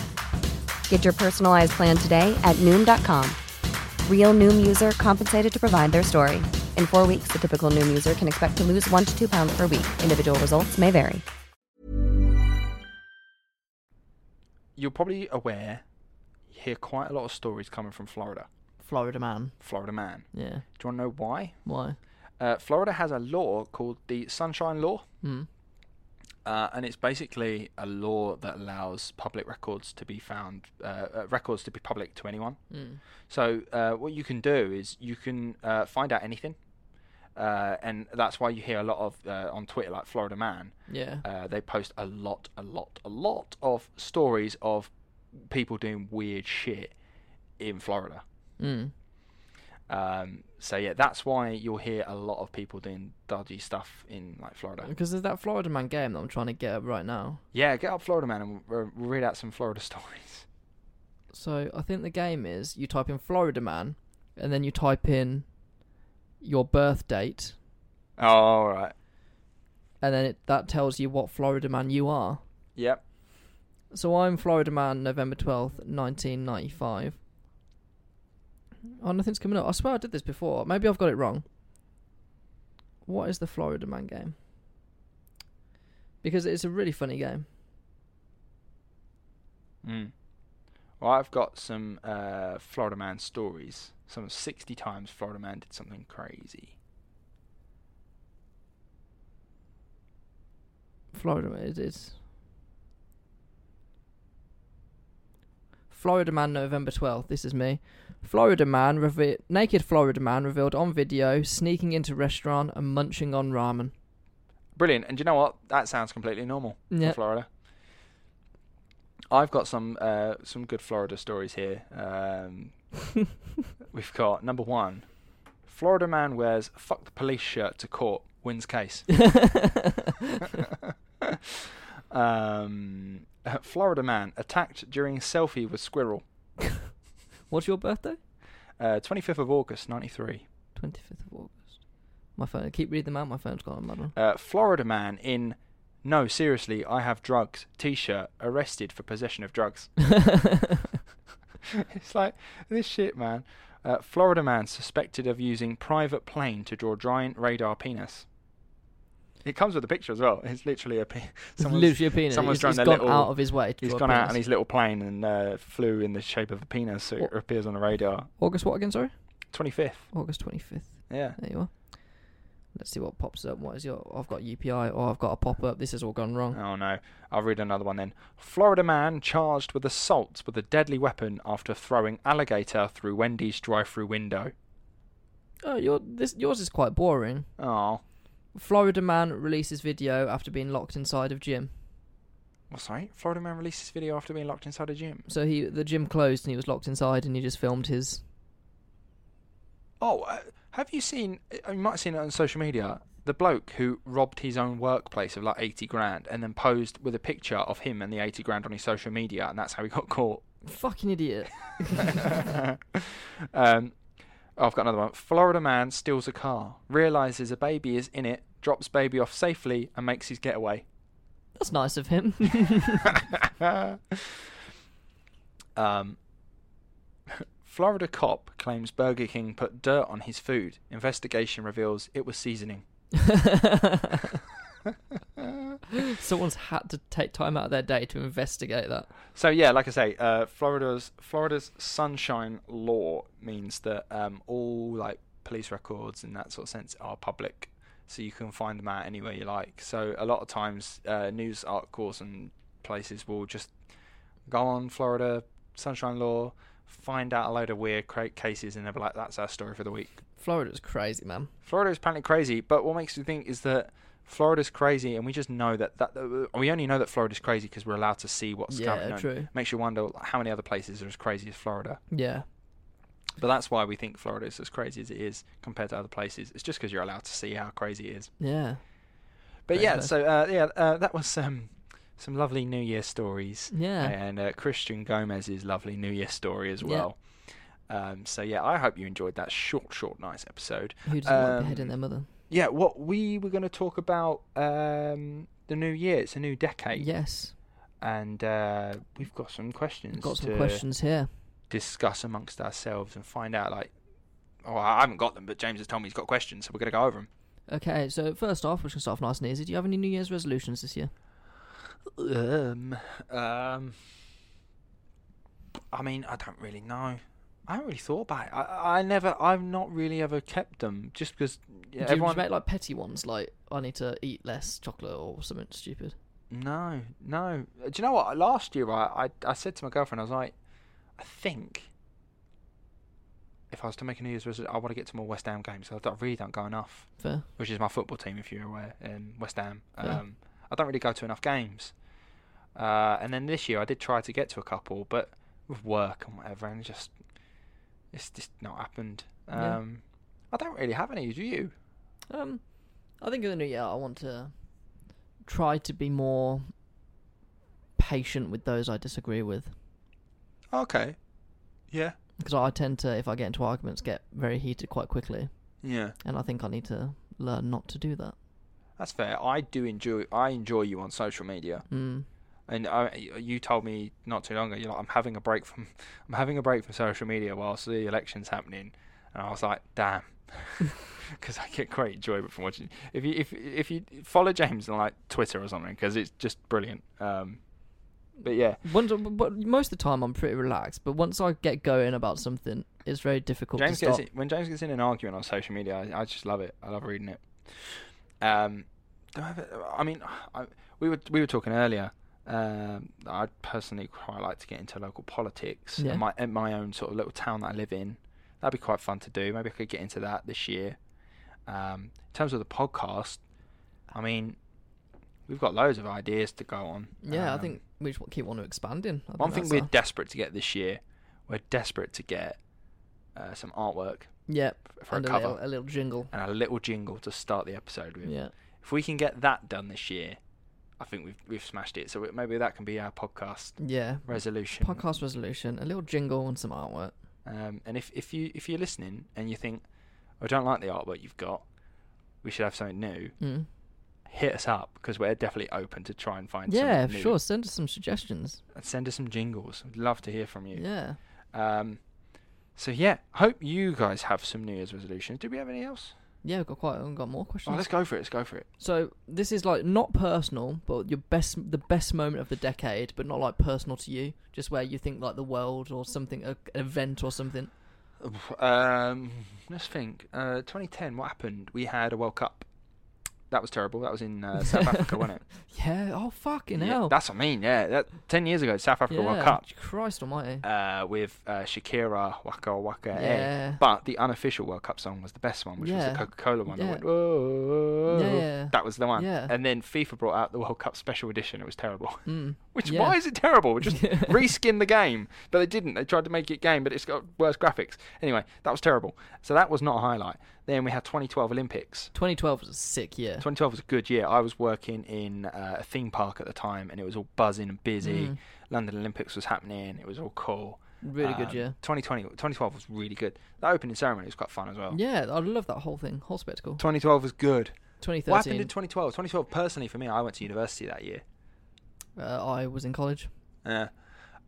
Speaker 2: Get your personalized plan today at Noom.com. Real Noom user compensated to provide their story. In four weeks, the typical Noom user can expect to lose one to two pounds per week. Individual results may vary.
Speaker 4: you're probably aware, you hear quite a lot of stories coming from Florida.
Speaker 5: Florida man.
Speaker 4: Florida man.
Speaker 5: Yeah.
Speaker 4: Do you want to know why?
Speaker 5: Why?
Speaker 4: Uh, Florida has a law called the Sunshine Law.
Speaker 5: Hmm.
Speaker 4: Uh, and it's basically a law that allows public records to be found, uh, uh, records to be public to anyone. So uh, what you can do is you can uh, find out anything, uh, and that's why you hear a lot of uh, on Twitter, like Florida Man.
Speaker 5: Yeah.
Speaker 4: Uh, they post a lot, a lot, a lot of stories of people doing weird shit in Florida.
Speaker 5: Mm.
Speaker 4: Um, so yeah, that's why you'll hear a lot of people doing dodgy stuff in like Florida.
Speaker 5: Because there's that Florida man game that I'm trying to get up right now.
Speaker 4: Yeah, get up Florida man and we'll, we'll read out some Florida stories.
Speaker 5: So I think the game is you type in Florida man, and then you type in your birth date,
Speaker 4: Oh, all right.
Speaker 5: and then it, that tells you what Florida man you are.
Speaker 4: Yep.
Speaker 5: So I'm Florida man, November twelfth, nineteen ninety five. Oh, nothing's coming up. I swear I did this before. Maybe I've got it wrong. What is the Florida man game? Because it's a really funny game.
Speaker 4: Mm. Well, I've got some uh, Florida man stories. Some 60 times Florida man did something crazy.
Speaker 5: Florida man, it is. Florida man, November 12th. This is me. Florida man, reve- naked Florida man revealed on video sneaking into restaurant and munching on ramen.
Speaker 4: Brilliant. And do you know what? That sounds completely normal
Speaker 5: Yeah.
Speaker 4: for Florida. I've got some uh, some good Florida stories here. Um, we've got number one: Florida man wears "fuck the police" shirt to court, wins case. um, Florida man attacked during selfie with squirrel.
Speaker 5: What's your birthday?
Speaker 4: Uh, 25th of August, 93.
Speaker 5: 25th of August. My phone. I keep reading them out. My phone's gone on mad one.
Speaker 4: Uh, Florida man in no, seriously, I have drugs t-shirt arrested for possession of drugs. it's like this shit, man. Uh, Florida man suspected of using private plane to draw giant radar penis. It comes with a picture as well. It's literally a pe- someone's-
Speaker 5: Literally a penis.
Speaker 4: Someone's
Speaker 5: He's-
Speaker 4: drawn
Speaker 5: he's
Speaker 4: their
Speaker 5: gone
Speaker 4: little-
Speaker 5: out of his way to
Speaker 4: He's
Speaker 5: draw a
Speaker 4: gone out
Speaker 5: penis.
Speaker 4: on his little plane and uh, flew in the shape of a penis, so it
Speaker 5: What-
Speaker 4: appears on the radar.
Speaker 5: August what again? Sorry.
Speaker 4: Twenty fifth.
Speaker 5: August 25th.
Speaker 4: Yeah.
Speaker 5: There you are. Let's see what pops up. What is your? I've got UPI. Oh, I've got a pop up. This has all gone wrong.
Speaker 4: Oh no. I'll read another one then. Florida man charged with assault with a deadly weapon after throwing alligator through Wendy's drive-through window.
Speaker 5: Oh, your this yours is quite boring.
Speaker 4: Oh.
Speaker 5: Florida man releases video after being locked inside of gym.
Speaker 4: Well, sorry. Florida man releases video after being locked inside a gym.
Speaker 5: So he the gym closed and he was locked inside and he just filmed his.
Speaker 4: Oh, uh, have you seen? uh, You might have seen it on social media. The bloke who robbed his own workplace of like eighty grand and then posed with a picture of him and the eighty grand on his social media, and that's how he got caught.
Speaker 5: Fucking idiot.
Speaker 4: um, oh, I've got another one. Florida man steals a car, realizes a baby is in it, drops baby off safely, and makes his getaway.
Speaker 5: That's nice of him.
Speaker 4: Um, Florida cop claims Burger King put dirt on his food. Investigation reveals it was seasoning.
Speaker 5: Someone's had to take time out of their day to investigate that.
Speaker 4: So yeah, like I say, uh, Florida's Florida's sunshine law means that um, all like police records in that sort of sense are public, so you can find them out anywhere you like. So a lot of times, uh, news articles and places will just go on Florida sunshine law, find out a load of weird cra- cases, and they'll be like, "That's our story for the week."
Speaker 5: Florida's crazy, man.
Speaker 4: Florida is apparently crazy, but what makes you think is that Florida's crazy, and we just know that that that- we only know that Florida's crazy because we're allowed to see what's
Speaker 5: Yeah,
Speaker 4: going on.
Speaker 5: true.
Speaker 4: Makes you wonder like, how many other places are as crazy as Florida.
Speaker 5: Yeah.
Speaker 4: But that's why we think Florida is as crazy as it is compared to other places. It's just because you're allowed to see how crazy it is.
Speaker 5: Yeah.
Speaker 4: But
Speaker 5: Fair
Speaker 4: yeah,
Speaker 5: play.
Speaker 4: so uh, yeah, uh, that was some some lovely New Year stories.
Speaker 5: Yeah.
Speaker 4: and uh, Christian Gomez's lovely New Year story as
Speaker 5: Yeah.
Speaker 4: well. Um, so yeah, I hope you enjoyed that short, short, nice episode.
Speaker 5: Who doesn't like
Speaker 4: Um,
Speaker 5: beheading their mother?
Speaker 4: yeah, what we were going to talk about um, the new year. It's a new decade,
Speaker 5: Yes.
Speaker 4: and uh, we've got some questions.
Speaker 5: We've got some
Speaker 4: to
Speaker 5: questions here.
Speaker 4: Discuss amongst ourselves and find out. Like, oh, I haven't got them, but James has told me he's got questions, so we're going to go over them.
Speaker 5: Okay, so first off, we can start off nice and easy. Do you have any New Year's resolutions this year?
Speaker 4: Um, um, I mean, I don't really know. I haven't really thought about it. I, I never, I've not really ever kept them, just because yeah,
Speaker 5: Do you
Speaker 4: everyone.
Speaker 5: make like petty ones, like I need to eat less chocolate or something stupid?
Speaker 4: No, no. Uh, Do you know what? Last year, I, I, I said to my girlfriend, I was like, I think if I was to make a New Year's resolution, I want to get to more West Ham games. 'cause I, don't- I really don't go enough,
Speaker 5: Fair.
Speaker 4: which is my football team, if you're aware, um, West Ham.
Speaker 5: Yeah.
Speaker 4: Um, I don't really go to enough games. Uh, and then this year, I did try to get to a couple, but with work and whatever, and just it's just not happened.
Speaker 5: Yeah.
Speaker 4: Um, I don't really have any. Do you?
Speaker 5: Um, I think in the new year I want to try to be more patient with those I disagree with,
Speaker 4: Okay. Yeah.
Speaker 5: because I tend to, if I get into arguments, get very heated quite quickly,
Speaker 4: Yeah.
Speaker 5: and I think I need to learn not to do that.
Speaker 4: That's fair. I do enjoy. I enjoy you on social media,
Speaker 5: Mm.
Speaker 4: and I, you told me not too long ago. You're like, I'm having a break from. I'm having a break from social media whilst the election's happening, and I was like, damn, because I get great enjoyment from watching. If you if if you follow James on like Twitter or something, because it's just brilliant. Um, but yeah,
Speaker 5: Once, but most of the time I'm pretty relaxed, but once I get going about something, it's very difficult
Speaker 4: James
Speaker 5: to stop.
Speaker 4: gets in, when James gets in an argument on social media, I, I just love it. I love reading it. Um, do I have? a- I mean, I, we were we were talking earlier. Um, I personally quite like to get into local politics
Speaker 5: Yeah.
Speaker 4: and my and my own sort of little town that I live in. That'd be quite fun to do. Maybe I could get into that this year. Um, in terms of the podcast, I mean, we've got loads of ideas to go on.
Speaker 5: Yeah,
Speaker 4: Um,
Speaker 5: I think we just keep wanting to expand in. I
Speaker 4: one
Speaker 5: think
Speaker 4: thing
Speaker 5: that's
Speaker 4: we're
Speaker 5: our-
Speaker 4: desperate to get this year, we're desperate to get uh, some artwork
Speaker 5: yeah,
Speaker 4: for a
Speaker 5: and a,
Speaker 4: cover.
Speaker 5: little, a little jingle.
Speaker 4: and a little jingle to start the episode with.
Speaker 5: Yeah.
Speaker 4: If we can get that done this year, I think we've we've smashed it. So maybe that can be our podcast
Speaker 5: Yeah.
Speaker 4: resolution.
Speaker 5: Podcast resolution, a little jingle, and some artwork.
Speaker 4: Um, and if, if you if you're listening and you think I don't like the artwork you've got, we should have something new.
Speaker 5: Mm.
Speaker 4: Hit us up because we're definitely open to try and find.
Speaker 5: Yeah,
Speaker 4: something new.
Speaker 5: sure. Send us some suggestions.
Speaker 4: And send us some jingles. I'd love to hear from you.
Speaker 5: Yeah.
Speaker 4: Um, so yeah, hope you guys have some New Year's resolutions. Do we have any else?
Speaker 5: Yeah, we've got quite we've got more
Speaker 4: Oh,
Speaker 5: questions.
Speaker 4: let's go for it. Let's go for it.
Speaker 5: so this is like not personal, but your best the best moment of the decade, but not like personal to you, just where you think like the world or something, a, an event or something.
Speaker 4: Um, let's think. Uh, 2010, what happened? We had a World Cup. That was terrible. That was in uh, South Africa, wasn't it?
Speaker 5: Yeah. Oh fucking
Speaker 4: Yeah,
Speaker 5: hell.
Speaker 4: That's what I mean. Yeah, that, ten years ago, South Africa World
Speaker 5: Yeah,
Speaker 4: Cup
Speaker 5: Christ Almighty.
Speaker 4: uh, with uh, Shakira Waka Waka. eh.
Speaker 5: Yeah.
Speaker 4: But the unofficial World Cup song was the best one, which was
Speaker 5: Yeah.
Speaker 4: the Coca Cola one. that
Speaker 5: Yeah.
Speaker 4: went, "Whoa."
Speaker 5: Yeah.
Speaker 4: That was the one.
Speaker 5: Yeah.
Speaker 4: And then FIFA brought out the World Cup Special Edition. It was terrible.
Speaker 5: Mm.
Speaker 4: Which
Speaker 5: Yeah.
Speaker 4: why is it terrible? Just
Speaker 5: Yeah.
Speaker 4: reskin the game, but they didn't. They tried to make it game, but it's got worse graphics. Anyway, that was terrible. So that was not a highlight. Then we had 2012 Olympics.
Speaker 5: 2012 was a sick year.
Speaker 4: 2012 was a good year. I was working in uh, a theme park at the time, and it was all buzzing and busy.
Speaker 5: Hmm.
Speaker 4: London Olympics was happening. It was all cool.
Speaker 5: Mm. Really good
Speaker 4: Um,
Speaker 5: year.
Speaker 4: 2020, 2012 was really good. That opening ceremony was quite fun as well.
Speaker 5: Yeah, I love that whole thing, whole spectacle.
Speaker 4: 2012 was good. What oh. happened
Speaker 5: 2013,
Speaker 4: in 2012? 2012, personally for me, I went to university that year.
Speaker 5: uh, I was in college.
Speaker 4: Yeah.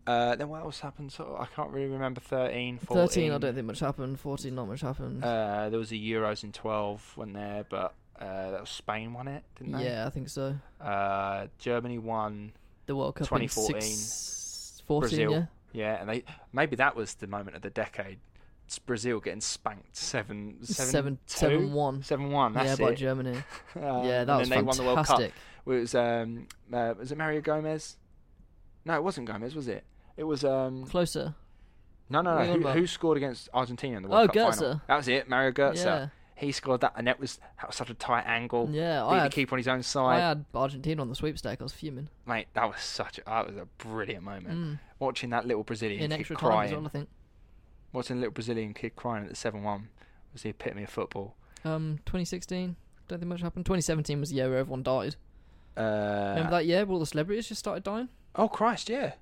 Speaker 4: Uh, then what else happened? So I can't really remember. 13, 14.
Speaker 5: 13, I don't think much happened. 14, not much happened.
Speaker 4: Uh, there was a Euros in 12, wasn't there? But uh, that was Spain won it, didn't they?
Speaker 5: yeah, I think so.
Speaker 4: Uh, Germany won.
Speaker 5: The World Cup
Speaker 4: 2014,
Speaker 5: in six, 14,
Speaker 4: Brazil.
Speaker 5: yeah.
Speaker 4: and they maybe that was the moment of the decade. It's Brazil getting spanked seven seven
Speaker 5: Seven-
Speaker 4: two?
Speaker 5: seven one.
Speaker 4: Seven one,
Speaker 5: yeah,
Speaker 4: That's
Speaker 5: by
Speaker 4: it.
Speaker 5: Germany.
Speaker 4: Uh,
Speaker 5: yeah,
Speaker 4: and
Speaker 5: that was
Speaker 4: then they won the World Cup.
Speaker 5: fantastic.
Speaker 4: It was um uh, was it Mario Gomez? No, it wasn't Gomez, was it? It was um
Speaker 5: Closer.
Speaker 4: no no
Speaker 5: What
Speaker 4: no
Speaker 5: are you
Speaker 4: who,
Speaker 5: on about?
Speaker 4: who scored against Argentina in the World
Speaker 5: Oh,
Speaker 4: Cup final?
Speaker 5: Götze.
Speaker 4: That was it, Mario Götze.
Speaker 5: Yeah.
Speaker 4: He scored that, and that was that was such a tight angle.
Speaker 5: Yeah,
Speaker 4: beat
Speaker 5: I
Speaker 4: the
Speaker 5: had-
Speaker 4: keeper on his own
Speaker 5: I
Speaker 4: side.
Speaker 5: had Argentina on the sweepstake. I was fuming.
Speaker 4: Mate, that was such a, that was a brilliant moment. Watching that little Brazilian
Speaker 5: Mm. In
Speaker 4: kid
Speaker 5: extra time
Speaker 4: crying.
Speaker 5: as well, I think.
Speaker 4: Watching a little Brazilian kid crying at the 7 1 was the epitome of football.
Speaker 5: Um, 2016, don't think much happened. 2017 was the year where everyone died.
Speaker 4: Uh,
Speaker 5: Remember that year where all the celebrities just started dying?
Speaker 4: oh, Christ, yeah.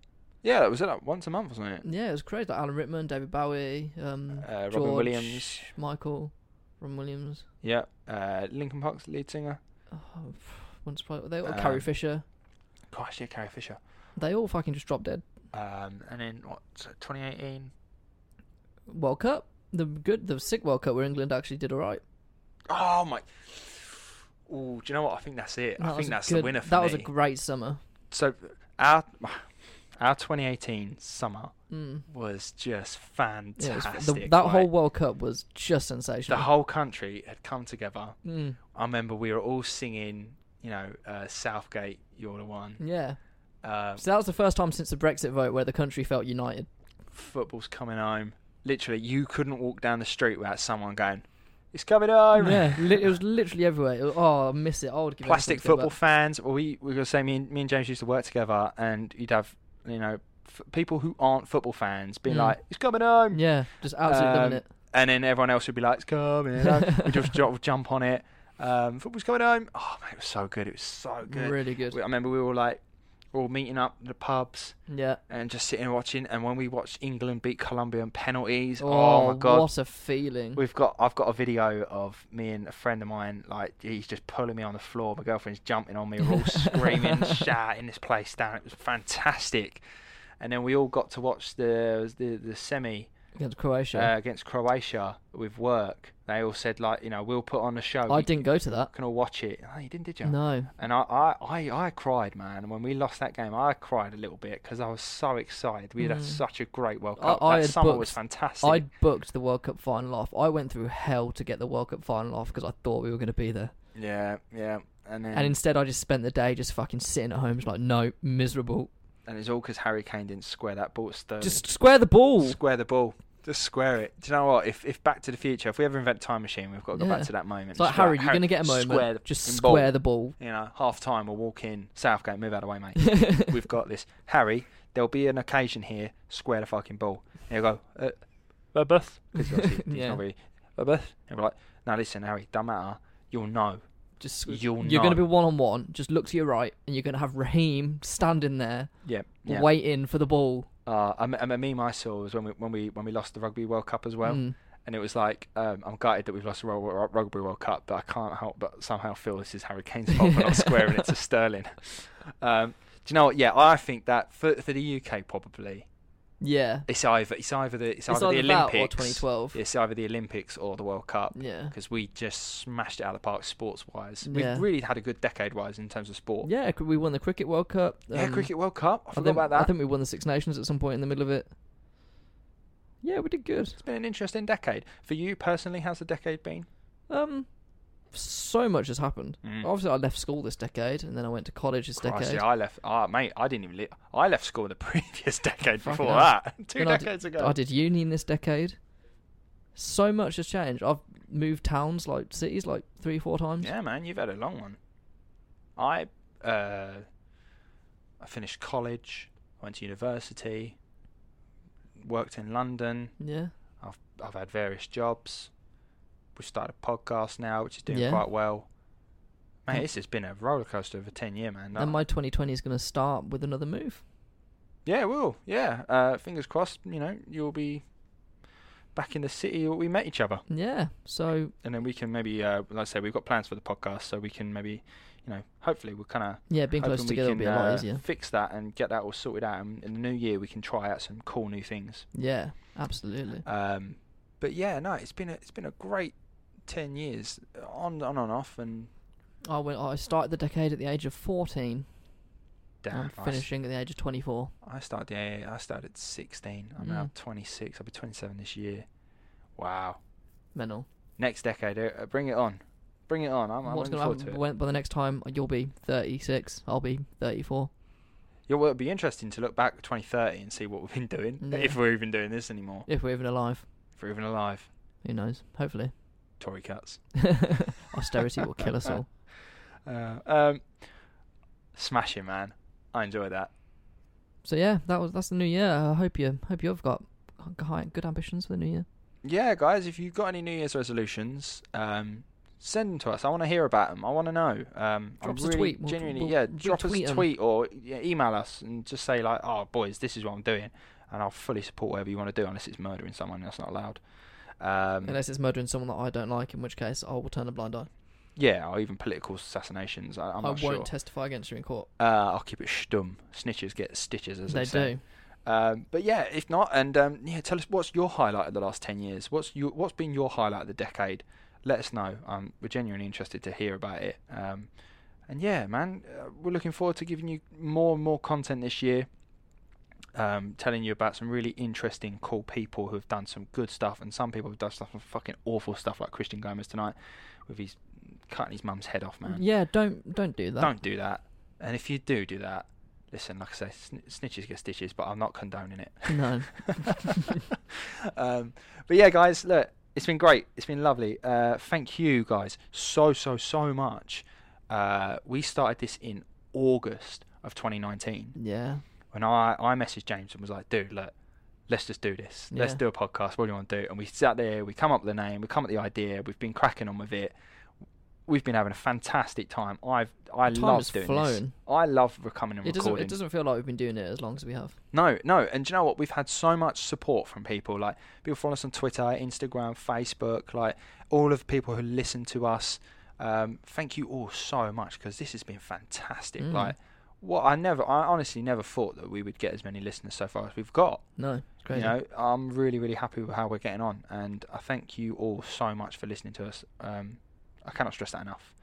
Speaker 4: Yeah, that was it, like once a month, wasn't it?
Speaker 5: Yeah, it was crazy. Like Alan Rickman, David Bowie, um,
Speaker 4: Uh, Robin
Speaker 5: George,
Speaker 4: Williams.
Speaker 5: Michael, Robin Williams.
Speaker 4: Yeah. Uh, Lincoln Park's lead singer.
Speaker 5: Oh, once upon they all Carrie
Speaker 4: Um,
Speaker 5: Fisher.
Speaker 4: Christ, yeah, Carrie Fisher.
Speaker 5: They all fucking just dropped dead.
Speaker 4: Um, and then, what, so 2018?
Speaker 5: World Cup, the good, the sick World Cup where England actually did all right.
Speaker 4: Oh, my. Oh, do you know what? I think that's it. I
Speaker 5: was
Speaker 4: think
Speaker 5: a
Speaker 4: that's the
Speaker 5: good-
Speaker 4: winner for
Speaker 5: That
Speaker 4: me.
Speaker 5: was a great summer.
Speaker 4: so our our 2018 summer was just fantastic.
Speaker 5: Mm. Yeah, it was- the, that
Speaker 4: right?
Speaker 5: whole World Cup was just sensational. Mm.
Speaker 4: the whole country had come together. I remember we were all singing, you know, uh, Southgate, you're the one.
Speaker 5: yeah.
Speaker 4: Uh,
Speaker 5: So that was the first time since the Brexit vote where the country felt united.
Speaker 4: football's coming home. Literally, you couldn't walk down the street without someone going, "It's coming home."
Speaker 5: Yeah, li- it was literally everywhere. It was- oh, I miss it. I would give
Speaker 4: plastic
Speaker 5: anything to go
Speaker 4: football
Speaker 5: back.
Speaker 4: fans. Well, we we were saying me and, me and James used to work together, and you'd have you know f- people who aren't football fans being
Speaker 5: Mm.
Speaker 4: like, "It's coming home."
Speaker 5: Yeah, just absolutely
Speaker 4: Um,
Speaker 5: loving it.
Speaker 4: And then everyone else would be like, "It's coming home." we just ju- jump on it. Um, football's coming home. Oh, mate, it was so good. It was so good.
Speaker 5: Really good.
Speaker 4: We- I remember we were like, we were all meeting up at the pubs.
Speaker 5: Yeah.
Speaker 4: and just sitting and watching. And when we watched England beat Colombia on penalties, oh, my god,
Speaker 5: What a feeling.
Speaker 4: we've got I've got a video of me and a friend of mine. Like he's just pulling me on the floor. My girlfriend's jumping on me. We're all screaming, shouting this place down. It was fantastic. And then we all got to watch the the, the semi
Speaker 5: Against Croatia.
Speaker 4: uh, against Croatia with work. They all said like, you know, we'll put on a show.
Speaker 5: I
Speaker 4: Uh, We
Speaker 5: didn't go to that.
Speaker 4: Can all watch it. Oh, you didn't, did you?
Speaker 5: No.
Speaker 4: And I, I, I, I cried, man. When we lost that game, I cried a little bit because I was so excited. We had had such a great World
Speaker 5: Mm. I,
Speaker 4: Cup.
Speaker 5: I
Speaker 4: that
Speaker 5: had
Speaker 4: summer
Speaker 5: booked,
Speaker 4: was fantastic.
Speaker 5: I booked the World Cup final off. I went through hell to get the World Cup final off because I thought we were going to be there.
Speaker 4: Yeah, yeah. And then,
Speaker 5: And
Speaker 4: and,
Speaker 5: instead, I just spent the day just fucking sitting at home, just like, no, miserable.
Speaker 4: it's all because Harry Kane didn't square that ball. It's the-
Speaker 5: Just square the ball.
Speaker 4: square the ball. Just square it. Do you know what? If if Back to the Future, if we ever invent a time machine, we've got to go
Speaker 5: Yeah.
Speaker 4: back to that moment.
Speaker 5: It's like,
Speaker 4: Just be
Speaker 5: Harry, you're going to get a moment.
Speaker 4: square the
Speaker 5: just
Speaker 4: f***ing
Speaker 5: square the ball.
Speaker 4: You know, half time, we'll walk in. Southgate, move out of the way, mate. we've got this. Harry, there'll be an occasion here. Square the fucking ball. And he'll go, uh, Babeth. Because he's
Speaker 5: Yeah.
Speaker 4: not really, Babeth. And we're like, no, listen, Harry, don't matter. You'll know.
Speaker 5: Just squ-
Speaker 4: You'll
Speaker 5: You're going to be
Speaker 4: know.
Speaker 5: one on one. Just look to your right, and you're going to have Raheem standing there,
Speaker 4: Yeah. yeah.
Speaker 5: waiting for the ball.
Speaker 4: Uh, a, me- a meme I saw was when we when we when we lost the Rugby World Cup as well,
Speaker 5: Mm.
Speaker 4: and it was like um, I'm gutted that we've lost the Ru- Ru- Rugby World Cup, but I can't help but somehow feel this is Harry Kane's fault for not squaring it to Sterling. Um, do you know what? Yeah, I think that for for the UK probably
Speaker 5: Yeah.
Speaker 4: it's either it's either the it's, either,
Speaker 5: either
Speaker 4: the
Speaker 5: that or
Speaker 4: Olympics
Speaker 5: 2012.
Speaker 4: It's either the Olympics or the World Cup.
Speaker 5: Yeah.
Speaker 4: because we just smashed it out of the park sports wise.
Speaker 5: Yeah.
Speaker 4: We've really had a good decade wise in terms of sport.
Speaker 5: Yeah, c- we won the Cricket World Cup.
Speaker 4: Yeah,
Speaker 5: um,
Speaker 4: cricket World Cup. I
Speaker 5: I
Speaker 4: forgot
Speaker 5: think,
Speaker 4: about that.
Speaker 5: I think we won the Six Nations at some point in the middle of it. Yeah, we did good.
Speaker 4: It's been an interesting decade. For you personally, how's the decade been? Mm.
Speaker 5: Um, so much has happened. Obviously, I left school this decade, and then I went to college this
Speaker 4: Hmm. Christ,
Speaker 5: decade.
Speaker 4: yeah, I left. Ah, mate, I didn't even. Li- I left school the previous decade
Speaker 5: Fucking
Speaker 4: before
Speaker 5: hell.
Speaker 4: that. Two
Speaker 5: Then I did-
Speaker 4: decades
Speaker 5: I
Speaker 4: ago.
Speaker 5: did uni in this decade. So much has changed. I've moved towns, like cities, like three, four times.
Speaker 4: Yeah, man, you've had a long one. I, uh, I finished college. Went to university. Worked in London.
Speaker 5: Yeah.
Speaker 4: I've I've had various jobs. We've started a podcast now, which is doing
Speaker 5: Yeah.
Speaker 4: quite well. Mate, this has been a roller coaster of a ten year, man.
Speaker 5: And my 2020 is going to start with another move.
Speaker 4: Yeah, it will. Yeah. Uh, fingers crossed, you know, you'll be back in the city where we met each other.
Speaker 5: Yeah. So
Speaker 4: And then we can maybe, uh, like I say, we've got plans for the podcast, so we can maybe, you know, hopefully we'll kind of.
Speaker 5: yeah, being close together will be a
Speaker 4: uh,
Speaker 5: lot easier.
Speaker 4: Fix that and get that all sorted out. And in the new year, we can try out some cool new things.
Speaker 5: Yeah. Absolutely.
Speaker 4: Um, but yeah, no, it's been a, it's been a great ten years uh, on on and off, and
Speaker 5: I went. I started the decade at the age of 14.
Speaker 4: damn,
Speaker 5: I'm
Speaker 4: I s-
Speaker 5: finishing at the age of 24.
Speaker 4: I started the AA, I started at 16.
Speaker 5: Mm.
Speaker 4: I'm now 26. I'll be 27 this year. Wow.
Speaker 5: Mental.
Speaker 4: Next decade, uh, bring it on. Bring it on. I'm, Oh, I'm
Speaker 5: What's
Speaker 4: looking
Speaker 5: going to
Speaker 4: forward to
Speaker 5: happen
Speaker 4: it.
Speaker 5: when, by the next time? You'll be 36. I'll be 34.
Speaker 4: Yeah, well, it'll be interesting to look back at 2030 and see what we've been doing,
Speaker 5: Yeah.
Speaker 4: if we're even doing this anymore,
Speaker 5: If we're even alive,
Speaker 4: if we're even alive.
Speaker 5: who knows? Hopefully,
Speaker 4: Tory cuts.
Speaker 5: austerity will kill us all.
Speaker 4: Uh, um, smashing, man. I enjoy that.
Speaker 5: So yeah, that was that's the new year. I hope you hope you've got high, good ambitions for the new year.
Speaker 4: Yeah, guys, if you've got any New Year's resolutions, um, send them to us. I want to hear about them. I want to know. Um,
Speaker 5: Drop
Speaker 4: I
Speaker 5: us a
Speaker 4: really
Speaker 5: tweet. We'll-
Speaker 4: genuinely,
Speaker 5: we'll-
Speaker 4: yeah,
Speaker 5: we'll
Speaker 4: drop us
Speaker 5: tweet
Speaker 4: a
Speaker 5: 'em.
Speaker 4: tweet or yeah, email us and just say like, "Oh, boys, this is what I'm doing," and I'll fully support whatever you want to do, unless it's murdering someone. That's not allowed. Um,
Speaker 5: Unless it's murdering someone that I don't like, in which case I will turn a blind eye.
Speaker 4: yeah, or even political assassinations. I, I'm
Speaker 5: I
Speaker 4: not
Speaker 5: won't
Speaker 4: sure.
Speaker 5: testify against you in court.
Speaker 4: uh, I'll keep it stum. Snitches get stitches, as
Speaker 5: they
Speaker 4: they say.
Speaker 5: do.
Speaker 4: Um, but yeah, if not, and um, yeah, tell us what's your highlight of the last ten years. What's you, what's been your highlight of the decade? Let us know. Um, we're genuinely interested to hear about it. Um, and yeah, man, uh, we're looking forward to giving you more and more content this year. Um, telling you about some really interesting, cool people who have done some good stuff, and some people have done stuff, some fucking awful stuff, like Christian Gomez tonight, with his cutting his mum's head off, man.
Speaker 5: Yeah, don't don't do that.
Speaker 4: Don't do that. And if you do do that, listen, like I say, sn- snitches get stitches, but I'm not condoning it.
Speaker 5: No.
Speaker 4: um, but yeah, guys, look, it's been great. It's been lovely. Uh, thank you, guys, so so so much. Uh, we started this in August of 2019
Speaker 5: Yeah.
Speaker 4: when I I messaged James and was like, dude, look. Let's just do this. Let's
Speaker 5: Yeah.
Speaker 4: do a podcast. What do you want to do? And we sat there. We come up with the name. We come up with the idea. We've been cracking on with it. We've been having a fantastic time. I've I
Speaker 5: Time has
Speaker 4: love doing this.
Speaker 5: flown.
Speaker 4: I love coming and
Speaker 5: It doesn't.
Speaker 4: recording.
Speaker 5: It doesn't feel like we've been doing it as long as we have.
Speaker 4: No, no, and do you know what? We've had so much support from people. Like people follow us on Twitter, Instagram, Facebook. Like all of the people who listen to us. Um, thank you all so much because this has been fantastic. Like what I never, I honestly never thought that we would get as many listeners so far as we've got.
Speaker 5: No. It's crazy.
Speaker 4: You know, I'm really, really happy with how we're getting on, and I thank you all so much for listening to us. Um, I cannot stress that enough.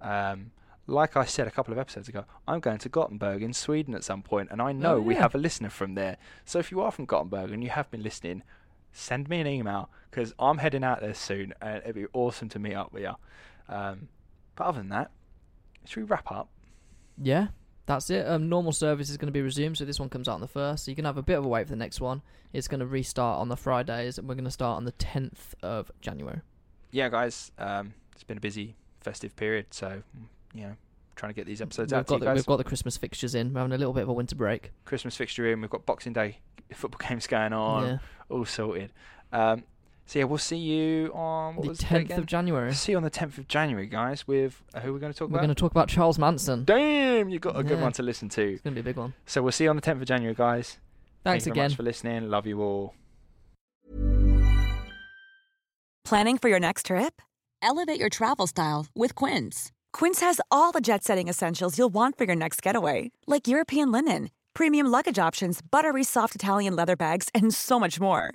Speaker 4: Um, like I said a couple of episodes ago, I'm going to Gothenburg in Sweden at some point, and I know we
Speaker 5: yeah.
Speaker 4: have a listener from there. So if you are from Gothenburg and you have been listening, send me an email because I'm heading out there soon, and it'd be awesome to meet up with you. Um, but other than that, should we wrap up?
Speaker 5: Yeah, that's it. Um, normal service is going to be resumed, so this one comes out on the first. So you can have a bit of a wait for the next one. It's going to restart on the Fridays, and we're going to start on the tenth of January.
Speaker 4: Yeah, guys, um, it's been a busy festive period, so you know, trying to get these episodes
Speaker 5: we've
Speaker 4: out to
Speaker 5: got
Speaker 4: you
Speaker 5: the,
Speaker 4: guys.
Speaker 5: we've got the Christmas fixtures in. We're having a little bit of a winter break.
Speaker 4: Christmas fixture in. We've got Boxing Day football games going on,
Speaker 5: Yeah.
Speaker 4: all sorted. Um, so yeah, we'll see you on what
Speaker 5: the
Speaker 4: was date
Speaker 5: tenth
Speaker 4: again?
Speaker 5: of January.
Speaker 4: See you on the tenth of January, guys. With uh, who we're going to talk
Speaker 5: We're going to
Speaker 4: about?
Speaker 5: talk about Charles Manson.
Speaker 4: Damn, you got a good
Speaker 5: Yeah.
Speaker 4: one to listen to.
Speaker 5: It's going to be a big one.
Speaker 4: So we'll see you on the tenth of January, guys.
Speaker 5: Thanks
Speaker 4: Thank you very
Speaker 5: again.
Speaker 4: much for listening. Love you all.
Speaker 7: Planning for your next trip? Elevate your travel style with Quince. Quince has all the jet setting essentials you'll want for your next getaway, like European linen, premium luggage options, buttery soft Italian leather bags, and so much more.